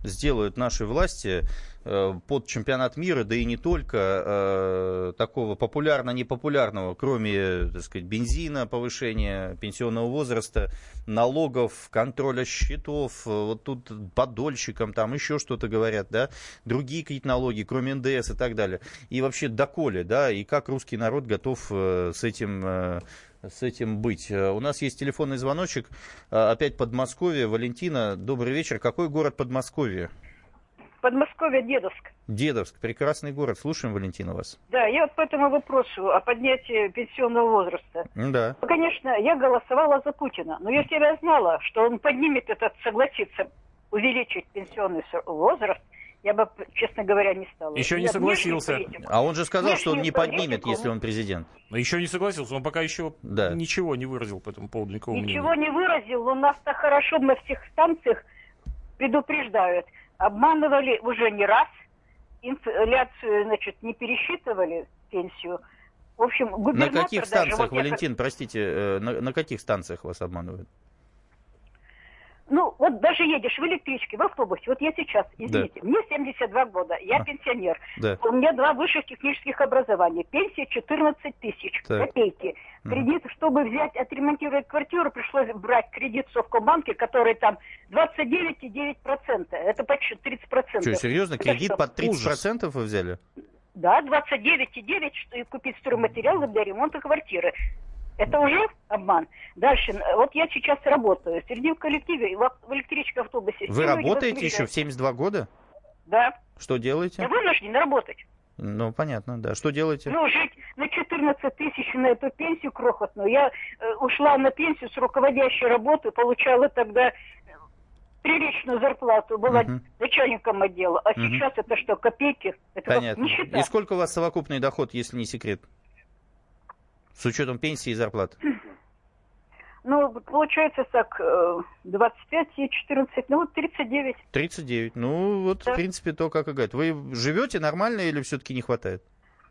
S2: сделают наши власти э, под чемпионат мира, да и не только, э, такого популярно-непопулярного, кроме, так сказать, бензина, повышения пенсионного возраста, налогов, контроля счетов, э, вот тут подольщикам, там еще что-то говорят, да, другие какие-то налоги, кроме НДС и так далее. И вообще доколе, да, и как русский народ готов э, с этим э, с этим быть. Э, У нас есть телефонный звоночек. э, Опять Подмосковье. Валентина, добрый вечер. Какой город Подмосковье?
S17: Подмосковье, Дедовск.
S2: Дедовск. Прекрасный город. Слушаем, Валентина, вас.
S17: Да, я вот по этому вопросу о поднятии пенсионного возраста.
S2: Да.
S17: Ну, конечно, я голосовала за Путина, но если бы я знала, что он поднимет этот, согласится увеличить пенсионный ср- возраст, я бы, честно говоря, не стала.
S3: Еще не
S17: Я внешне
S3: согласился.
S17: политик.
S2: А он же сказал,
S17: Нет,
S2: что он
S17: нет,
S2: не
S17: политику.
S2: поднимет, если он президент.
S3: Но еще не согласился, он пока еще
S2: Да.
S3: ничего не выразил по этому поводу, никакого
S17: Ничего не выразил, но нас так хорошо на всех станциях предупреждают. Обманывали уже не раз, инфляцию, значит, не пересчитывали пенсию. В общем,
S2: На
S17: губернатор
S2: каких
S17: даже,
S2: станциях,
S17: вот я как-
S2: Валентин, простите, э, на, на каких станциях вас обманывают?
S17: Ну, вот даже едешь в электричке, в автобусе, вот я сейчас, извините, мне 72 года, я
S2: А.
S17: пенсионер,
S2: Да.
S17: у меня два высших технических образования, пенсия 14 тысяч,
S2: Так.
S17: копейки. Кредит, чтобы взять, отремонтировать квартиру, пришлось брать кредит в Совкомбанке, который там 29,9%, это почти 30%.
S2: Что, серьезно?
S17: Это
S2: Кредит
S17: что?
S2: под 30% вы взяли?
S17: Да, 29,9, что и купить стройматериалы для ремонта квартиры. Это уже обман. Дальше, э, вот я сейчас работаю, среди в коллективе, и в ав- в электричке, автобусе.
S2: Вы
S17: Все люди
S2: работаете
S17: возмущаются.
S2: еще в 72 года?
S17: Да.
S2: Что
S17: Я
S2: делаете?
S17: вынужден работать.
S2: Ну, понятно, да. Что делаете?
S17: Ну, жить на 14 тысяч на эту пенсию крохотную. Я э, ушла на пенсию с руководящей работы, получала тогда э, приличную зарплату, была начальником отдела. А
S2: Мгм.
S17: сейчас это что, копейки? Это как
S2: Понятно.
S17: нищета.
S2: И сколько у вас совокупный доход, если не секрет? С учетом пенсии и зарплат.
S17: Ну, получается так, э, 25 и 14, ну, вот 39.
S2: 39. Ну, вот, в принципе, то, как и говорят. Вы живете нормально или все-таки не хватает?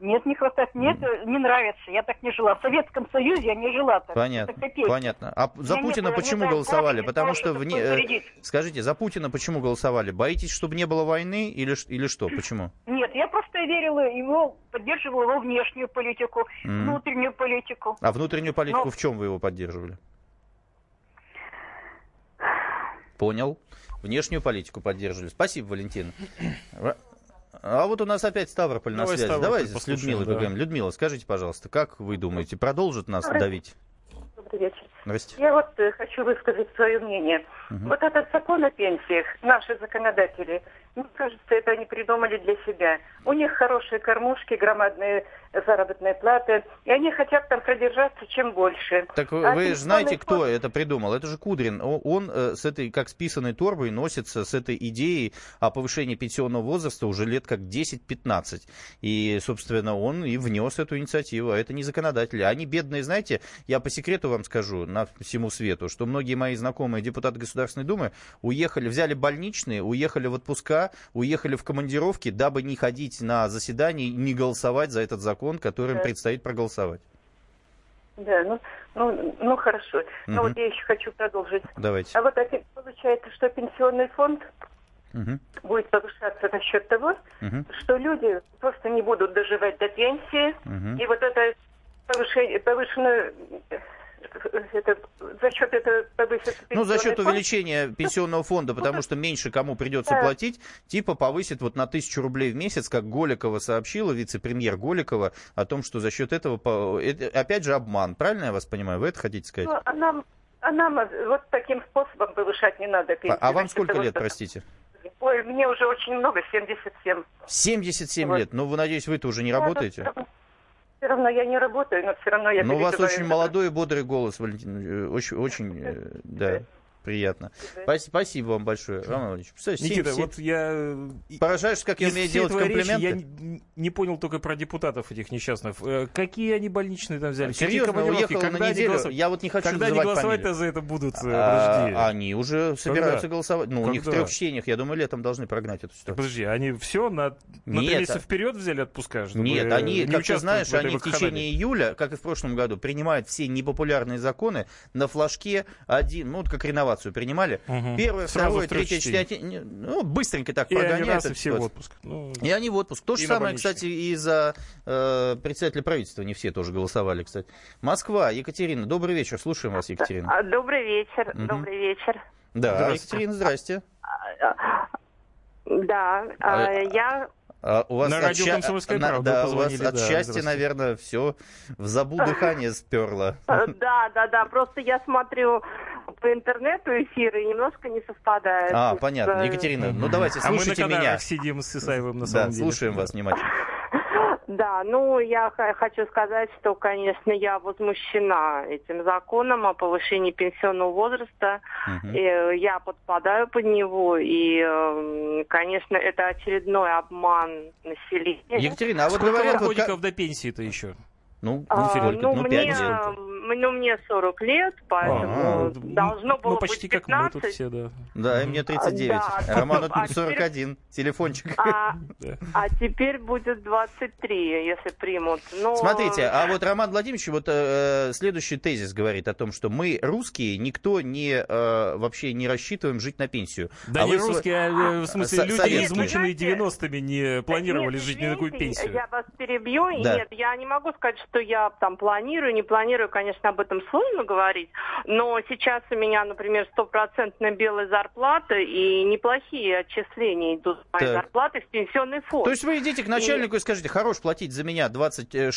S17: Нет, не хватает, нет, э, не нравится, я так не жила. В Советском Союзе я не жила так. Это
S2: Понятно,
S17: копейки.
S2: понятно. А за
S17: Я не
S2: Путина
S17: была ни
S2: почему
S17: за
S2: голосовали?
S17: Антарктику,
S2: Потому
S17: ни
S2: что
S17: за
S2: вне...
S17: какой
S2: э,
S17: кредит.
S2: Скажите, за Путина почему голосовали? Боитесь, чтобы не было войны или, ш- или что? Почему?
S17: Нет, я просто верила его, поддерживала его внешнюю политику,
S2: Мгм.
S17: внутреннюю политику.
S2: А внутреннюю политику
S17: Ну.
S2: в чем вы его поддерживали? Понял. Внешнюю политику поддерживали. Спасибо, Валентина. Ра- А вот у нас опять Ставрополь на
S3: Давай
S2: связи.
S3: Ставрополь
S2: Давайте с
S3: послушаем,
S2: Людмилой
S3: да.
S2: поговорим. Людмила, скажите, пожалуйста, как вы думаете, продолжит нас
S18: Добрый-
S2: давить?
S18: Добрый вечер.
S2: Здрасте.
S18: Я вот э, хочу высказать свое мнение.
S2: Мгм.
S18: Вот этот закон о пенсиях, наши законодатели, мне кажется, это они придумали для себя. У них хорошие кормушки, громадные заработные платы, и они хотят там продержаться чем больше.
S2: Так вы,
S18: А
S2: вы же
S18: пенсионный
S2: знаете, кто
S18: фонд-
S2: это придумал? Это же Кудрин. О- Он, э, с этой, как с писаной торбой, носится с этой идеей о повышении пенсионного возраста уже лет как 10-15. И, собственно, он и внес эту инициативу. А это не законодатели. Они бедные, знаете, я по секрету вам скажу, на всему свету, что многие мои знакомые депутаты Государственной Думы уехали, взяли больничные, уехали в отпуска, уехали в командировки, дабы не ходить на заседания и не голосовать за этот закон, которым
S18: Да.
S2: предстоит проголосовать.
S18: Да, ну, ну, ну хорошо.
S2: Мгм.
S18: Ну вот я еще хочу продолжить.
S2: Давайте.
S18: А вот опять получается, что пенсионный фонд
S2: Мгм.
S18: будет повышаться за счет того,
S2: Мгм.
S18: что люди просто не будут доживать до пенсии,
S2: Мгм.
S18: и вот это повышение, повышенное, э, это, за счет этого повысится
S2: Ну, за счет
S18: пенсионный фонд.
S2: увеличения пенсионного фонда, потому что меньше кому придется
S18: Да.
S2: платить, типа повысит вот на тысячу рублей в месяц, как Голикова сообщила, вице-премьер Голикова, о том, что за счет этого, по- это, опять же, обман. Правильно я вас понимаю? Вы это хотите сказать?
S18: Ну, а нам, а нам э, вот таким способом повышать не надо
S2: А-
S18: пенсию.
S2: а вам
S18: Значит,
S2: сколько
S18: это
S2: лет,
S18: вот-
S2: простите?
S18: Ой, мне уже очень много, 77.
S2: 77 лет. Ну, вы, надеюсь, вы-то уже не
S18: Да,
S2: работаете?
S18: да, Все равно я не работаю, но все равно я
S2: Но у вас
S18: переживаю.
S2: очень молодой и бодрый голос, Валентин. э, Очень, очень, э, да, приятно. Спа- Спасибо вам большое, Роман Владимирович. Представляете,
S3: Никита,
S2: семь-
S3: вот я...
S2: Поражаешь, как я
S3: из
S2: умею
S3: всей
S2: делать
S3: твоей речи
S2: комплименты?
S3: Я не, не понял только про депутатов этих несчастных. Э, Какие они больничные там взяли? Какие
S2: Серьезно,
S3: командировки?
S2: уехала
S3: Когда
S2: на
S3: они
S2: неделю.
S3: голосов-
S2: Я вот не хочу
S3: Когда они
S2: называть
S3: голосовать-то
S2: фамилию.
S3: за это будут? э,
S2: А,
S3: Подожди.
S2: они уже собираются голосовать. Ну, у них в
S3: Когда?
S2: трех чтениях, я думаю, летом должны прогнать эту ситуацию.
S3: Подожди, они все на, на три
S2: Нет,
S3: месяца
S2: а-
S3: вперед взяли отпуска? чтобы
S2: Нет, они,
S3: не
S2: как ты
S3: участвовать
S2: знаешь,
S3: в этой
S2: они в
S3: вакханалии?
S2: течение июля, как и в прошлом году, принимают все непопулярные законы на флажке один, ну, вот как реновацию принимали.
S3: Мгм.
S2: Первое,
S3: Сразу
S2: второе,
S3: в трех
S2: третье
S3: чтениях.
S2: чтение. не, Ну, быстренько так
S3: И они
S2: прогоняют.
S3: раз, и
S2: эту
S3: все в
S2: ситуацию.
S3: отпуск. Ну,
S2: И они в отпуск. То же
S3: и на
S2: самое,
S3: больничный.
S2: кстати, и за э, председателя правительства не все тоже голосовали, кстати. Москва, Екатерина, добрый вечер. Слушаем вас, Екатерина.
S19: А, Добрый вечер,
S2: Мгм.
S19: добрый вечер.
S2: Да,
S19: Здравствуйте.
S2: Екатерина, здрасте.
S19: Да, а,
S2: А,
S19: я...
S2: А у вас
S3: На
S2: от
S3: радио
S2: ща-
S3: «Комсомольская
S2: на-
S3: правда»
S2: да, у вас
S3: позвонили,
S2: от
S3: да,
S2: счастья,
S3: здравствуйте.
S2: наверное, все в забу дыхание сперло.
S19: э, Да, да, да, просто я смотрю по интернету эфиры и немножко не совпадает.
S2: А,
S19: с,
S2: понятно.
S19: э,
S2: Екатерина, ну давайте
S3: А мы на
S2: слушайте
S3: Канарах
S2: меня.
S3: сидим с Исаевым на
S2: Да,
S3: самом деле.
S2: слушаем вас внимательно.
S19: Да, ну я х- хочу сказать, что, конечно, я возмущена этим законом о повышении пенсионного возраста.
S20: Мгм.
S19: Э, Я подпадаю под него, и, эм, конечно, это очередной обман населения.
S2: Екатерина, а вот
S3: Сколько
S2: говорят,
S3: вам
S2: вот как-
S3: годиков до пенсии-то еще?
S2: Ну,
S19: А,
S3: сколько?
S19: ну, мне,
S3: пять.
S19: м, ну, мне 40 лет, поэтому
S2: А,
S19: должно было
S3: Ну, почти
S19: быть
S3: как мы тут
S19: 15.
S3: все, да.
S2: Да, и мне 39.
S19: Да,
S2: Роману
S19: а теперь-
S2: 41. Телефончик.
S19: А, а теперь будет 23, если примут. Но...
S2: Смотрите, а вот Роман Владимирович, вот э, следующий тезис говорит о том, что мы русские, никто не э, вообще не рассчитываем жить на пенсию.
S3: Да
S2: А
S3: не
S2: вы сво-
S3: русские, а, э, в смысле,
S2: со-
S3: люди,
S2: советские.
S3: измученные 90-ми, не планировали
S19: Нет,
S3: жить ни на какую
S19: извините,
S3: пенсию.
S19: Я вас перебью. И
S3: Да.
S19: Нет, я не могу сказать, что я там планирую, не планирую, конечно, об этом сложно говорить, но сейчас у меня, например, стопроцентно белая зарплата и неплохие отчисления идут с моей
S2: Так.
S19: зарплаты в пенсионный фонд.
S2: То есть вы идите к начальнику и, скажите, хорош платить за меня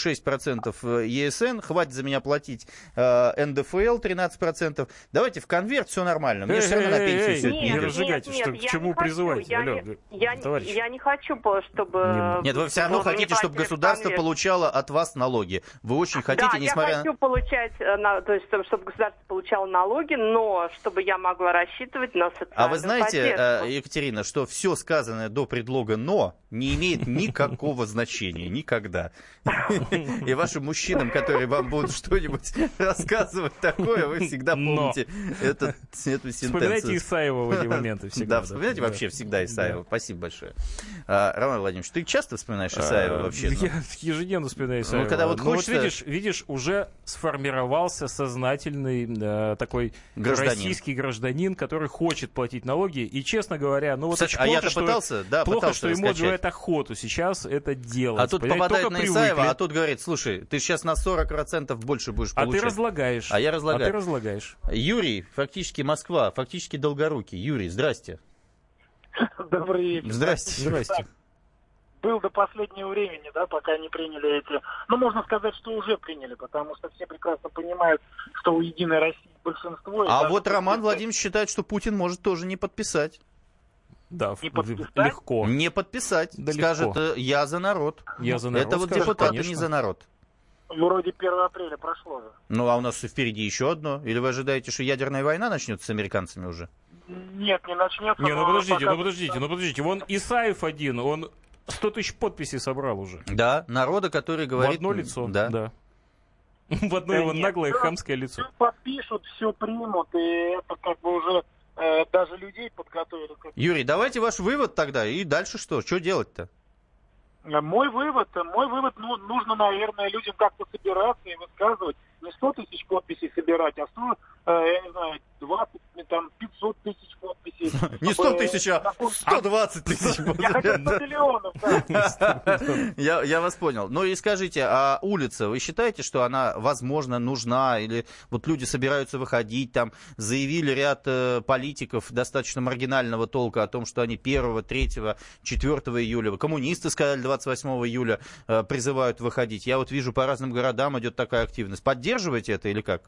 S2: 26% ЕСН, хватит за меня платить э, НДФЛ 13%, давайте в конверт, все нормально, мне все равно на пенсию всё это
S19: Нет,
S2: не
S19: нет,
S2: идёт».
S3: разжигайте,
S19: нет,
S3: что- к
S19: я не
S3: чему
S19: хочу,
S3: призываете,
S19: Я,
S3: алло, э,
S19: не, я не-
S2: товарищ.
S19: я э, не хочу, по- чтобы...
S2: Нет, вы все равно
S19: чтобы
S2: хотите,
S19: мне
S2: чтобы
S19: платили в
S2: государство
S19: конверт.
S2: получало от вас налоги. Вы очень хотите,
S19: да,
S2: несмотря
S19: я хочу получать, э, на- то есть, чтобы- чтобы государство получало налоги, но чтобы я могла рассчитывать на социальную
S2: А вы знаете,
S19: поддержку.
S2: э, Екатерина, что все сказанное до предлога «но» не имеет никакого значения никогда. И вашим мужчинам, которые вам будут что-нибудь рассказывать такое, вы всегда
S3: Но.
S2: помните этот, эту
S3: Вспоминайте
S2: сентенцию.
S3: Исаева в эти моменты всегда,
S2: Да,
S3: да.
S2: вспоминайте
S3: Да.
S2: вообще всегда Исаева.
S3: Да.
S2: Спасибо большое. А, Роман Владимирович, ты часто вспоминаешь Исаева
S3: А,
S2: вообще? ну.
S3: Я ежедневно вспоминаю Исаева.
S2: когда вот
S3: Ну,
S2: хочется-
S3: видишь, видишь, уже сформировался сознательный э, такой
S2: Гражданин.
S3: российский гражданин, который хочет платить налоги. И, честно говоря, ну вот
S2: Кстати,
S3: очень
S2: а я-то
S3: плохо, что,
S2: пытался, да,
S3: плохо,
S2: пытался
S3: что ему
S2: раскачать.
S3: отбивает охоту сейчас это делать.
S2: А тут
S3: понимаете,
S2: попадает
S3: только
S2: на
S3: привыкли.
S2: Исаева, а тут говорит, слушай, ты сейчас на 40% больше будешь
S3: А ты
S2: получать.
S3: разлагаешь.
S2: А я
S3: А ты
S2: разлагаю.
S3: разлагаешь.
S2: Юрий, фактически Москва, фактически Долгорукий. Юрий, здрасте.
S21: Добрый вечер.
S2: Здрасте. Здрасте.
S4: был до последнего времени, да, пока не приняли эти... Ну, можно сказать, что уже приняли, потому что все прекрасно понимают, что у «Единой России» большинство... и
S2: А
S4: даже
S2: вот Роман
S4: если-
S2: Владимирович считает, что Путин может тоже не подписать.
S3: Да,
S4: Не в- подписать? легко.
S2: Не подписать. Скажет,
S3: легко.
S2: э, я за народ.
S3: Я за
S2: Это
S3: народ,
S2: вот
S3: скажет,
S2: депутаты не
S3: конечно.
S2: за народ.
S4: Вроде 1 апреля прошло же.
S2: Ну, а у нас впереди еще одно. Или вы ожидаете, что ядерная война начнется с американцами уже?
S4: Нет, не начнется.
S3: Не, ну
S4: но
S3: подождите,
S4: пока-
S3: ну подождите, ну подождите. Вон Исаев один, он 100 тысяч подписей собрал уже.
S2: Да, народа, который говорит...
S3: одно лицо, да. В одно
S4: Да
S3: его
S4: нет,
S3: наглое
S4: всё-
S3: хамское лицо.
S4: всё подпишут, все примут, и это как бы уже э, даже людей подготовили. к
S2: Юрий, давайте ваш вывод тогда. И дальше что? Что делать-то?
S4: А Мой вывод, мой вывод, ну, нужно, наверное, людям как-то собираться и высказывать. Не 100 тысяч подписей собирать, а 100, э, я не знаю, 20, там, 500 тысяч подписей.
S2: Не 100
S4: Чтобы
S2: тысяч, а
S4: такой-
S2: 120 тысяч.
S4: Я хотел 100 миллионов, да.
S2: Я, я вас понял. Ну и скажите, а улица, вы считаете, что она, возможно, нужна? Или вот люди собираются выходить, там заявили ряд э, политиков достаточно маргинального толка о том, что они 1, 3, 4 июля, коммунисты сказали 28 июля, э, призывают выходить. Я вот вижу, по разным городам идет такая активность. Поддерживаете это или как?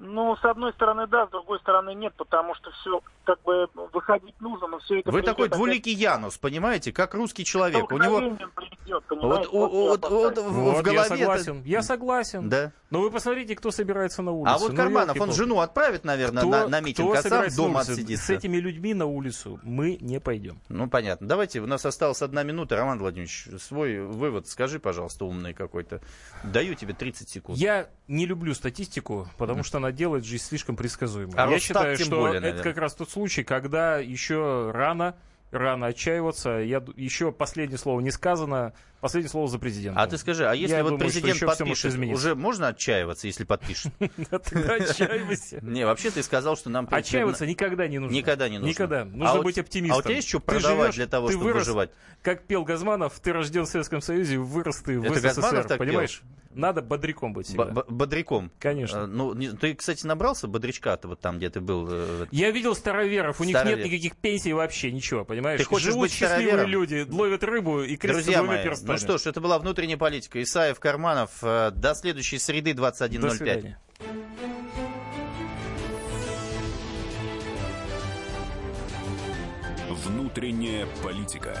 S4: Ну, с одной стороны, да, с другой стороны, нет, потому что все, как бы, выходить нужно, но все это...
S2: Вы
S4: придёт
S2: такой
S4: опять
S2: двуликий Янус, понимаете, как русский человек. У него...
S4: столкновением придёт,
S2: Вот,
S4: понимаешь?
S2: у- у- вот- вот в- в
S3: Вот,
S2: голове...
S3: я согласен, я согласен.
S2: Да.
S3: Но вы посмотрите, кто собирается на улицу.
S2: А вот
S3: Ну,
S2: Карманов, он
S3: ёлки-палки.
S2: жену отправит, наверное,
S3: Кто-
S2: на, на митинг,
S3: кто
S2: а сам
S3: собирается на
S2: дома
S3: улицу?
S2: отсидится.
S3: С этими людьми на улицу мы не пойдем.
S2: Ну, понятно. Давайте, у нас осталась одна минута. Роман Владимирович, свой вывод скажи, пожалуйста, умный какой-то. Даю тебе 30 секунд.
S3: Я не люблю статистику, потому что она делает жизнь слишком предсказуемой.
S2: А
S3: Я
S2: Росстат
S3: считаю,
S2: тем
S3: что
S2: более,
S3: это
S2: наверное.
S3: как раз тот случай, когда еще рано рано отчаиваться. Я ду- еще последнее слово не сказано, последнее слово за президентом.
S2: А ты скажи, а если
S3: Я
S2: вот
S3: думаю, что
S2: президент
S3: еще всё может
S2: подпишет,
S3: измениться.
S2: уже можно отчаиваться, если подпишет?
S3: Тогда отчаивайся.
S2: Не, вообще ты сказал, что нам... принципиально-
S3: Отчаиваться никогда не нужно.
S2: Никогда не нужно.
S3: Никогда.
S2: А
S3: Нужно
S2: у-
S3: быть оптимистом.
S2: А у тебя есть что
S3: Ты
S2: продавать
S3: живешь,
S2: для того,
S3: ты
S2: чтобы
S3: вырос,
S2: выживать?
S3: Как пел Газманов, ты рожден в Советском Союзе, вырос ты в
S2: Это
S3: СССР.
S2: Газманов так пел?
S3: понимаешь? Надо бодряком быть всегда.
S2: Б- б- Бодряком.
S3: Конечно.
S2: Э, Ну, не- ты, кстати, набрался бодрячка-то вот там, где ты был? э,
S3: Я видел староверов, у них
S2: Старовер.
S3: нет никаких пенсий вообще, ничего, понимаешь?
S2: Ты хочешь
S3: Живут
S2: быть
S3: счастливые
S2: старовером?
S3: люди, ловят рыбу и крестят
S2: Друзья
S3: двумя
S2: мои,
S3: перстами.
S2: ну что ж, это была внутренняя политика. Исаев, Карманов. Э, До следующей среды
S3: До свидания.
S2: 21.05.
S1: Внутренняя политика.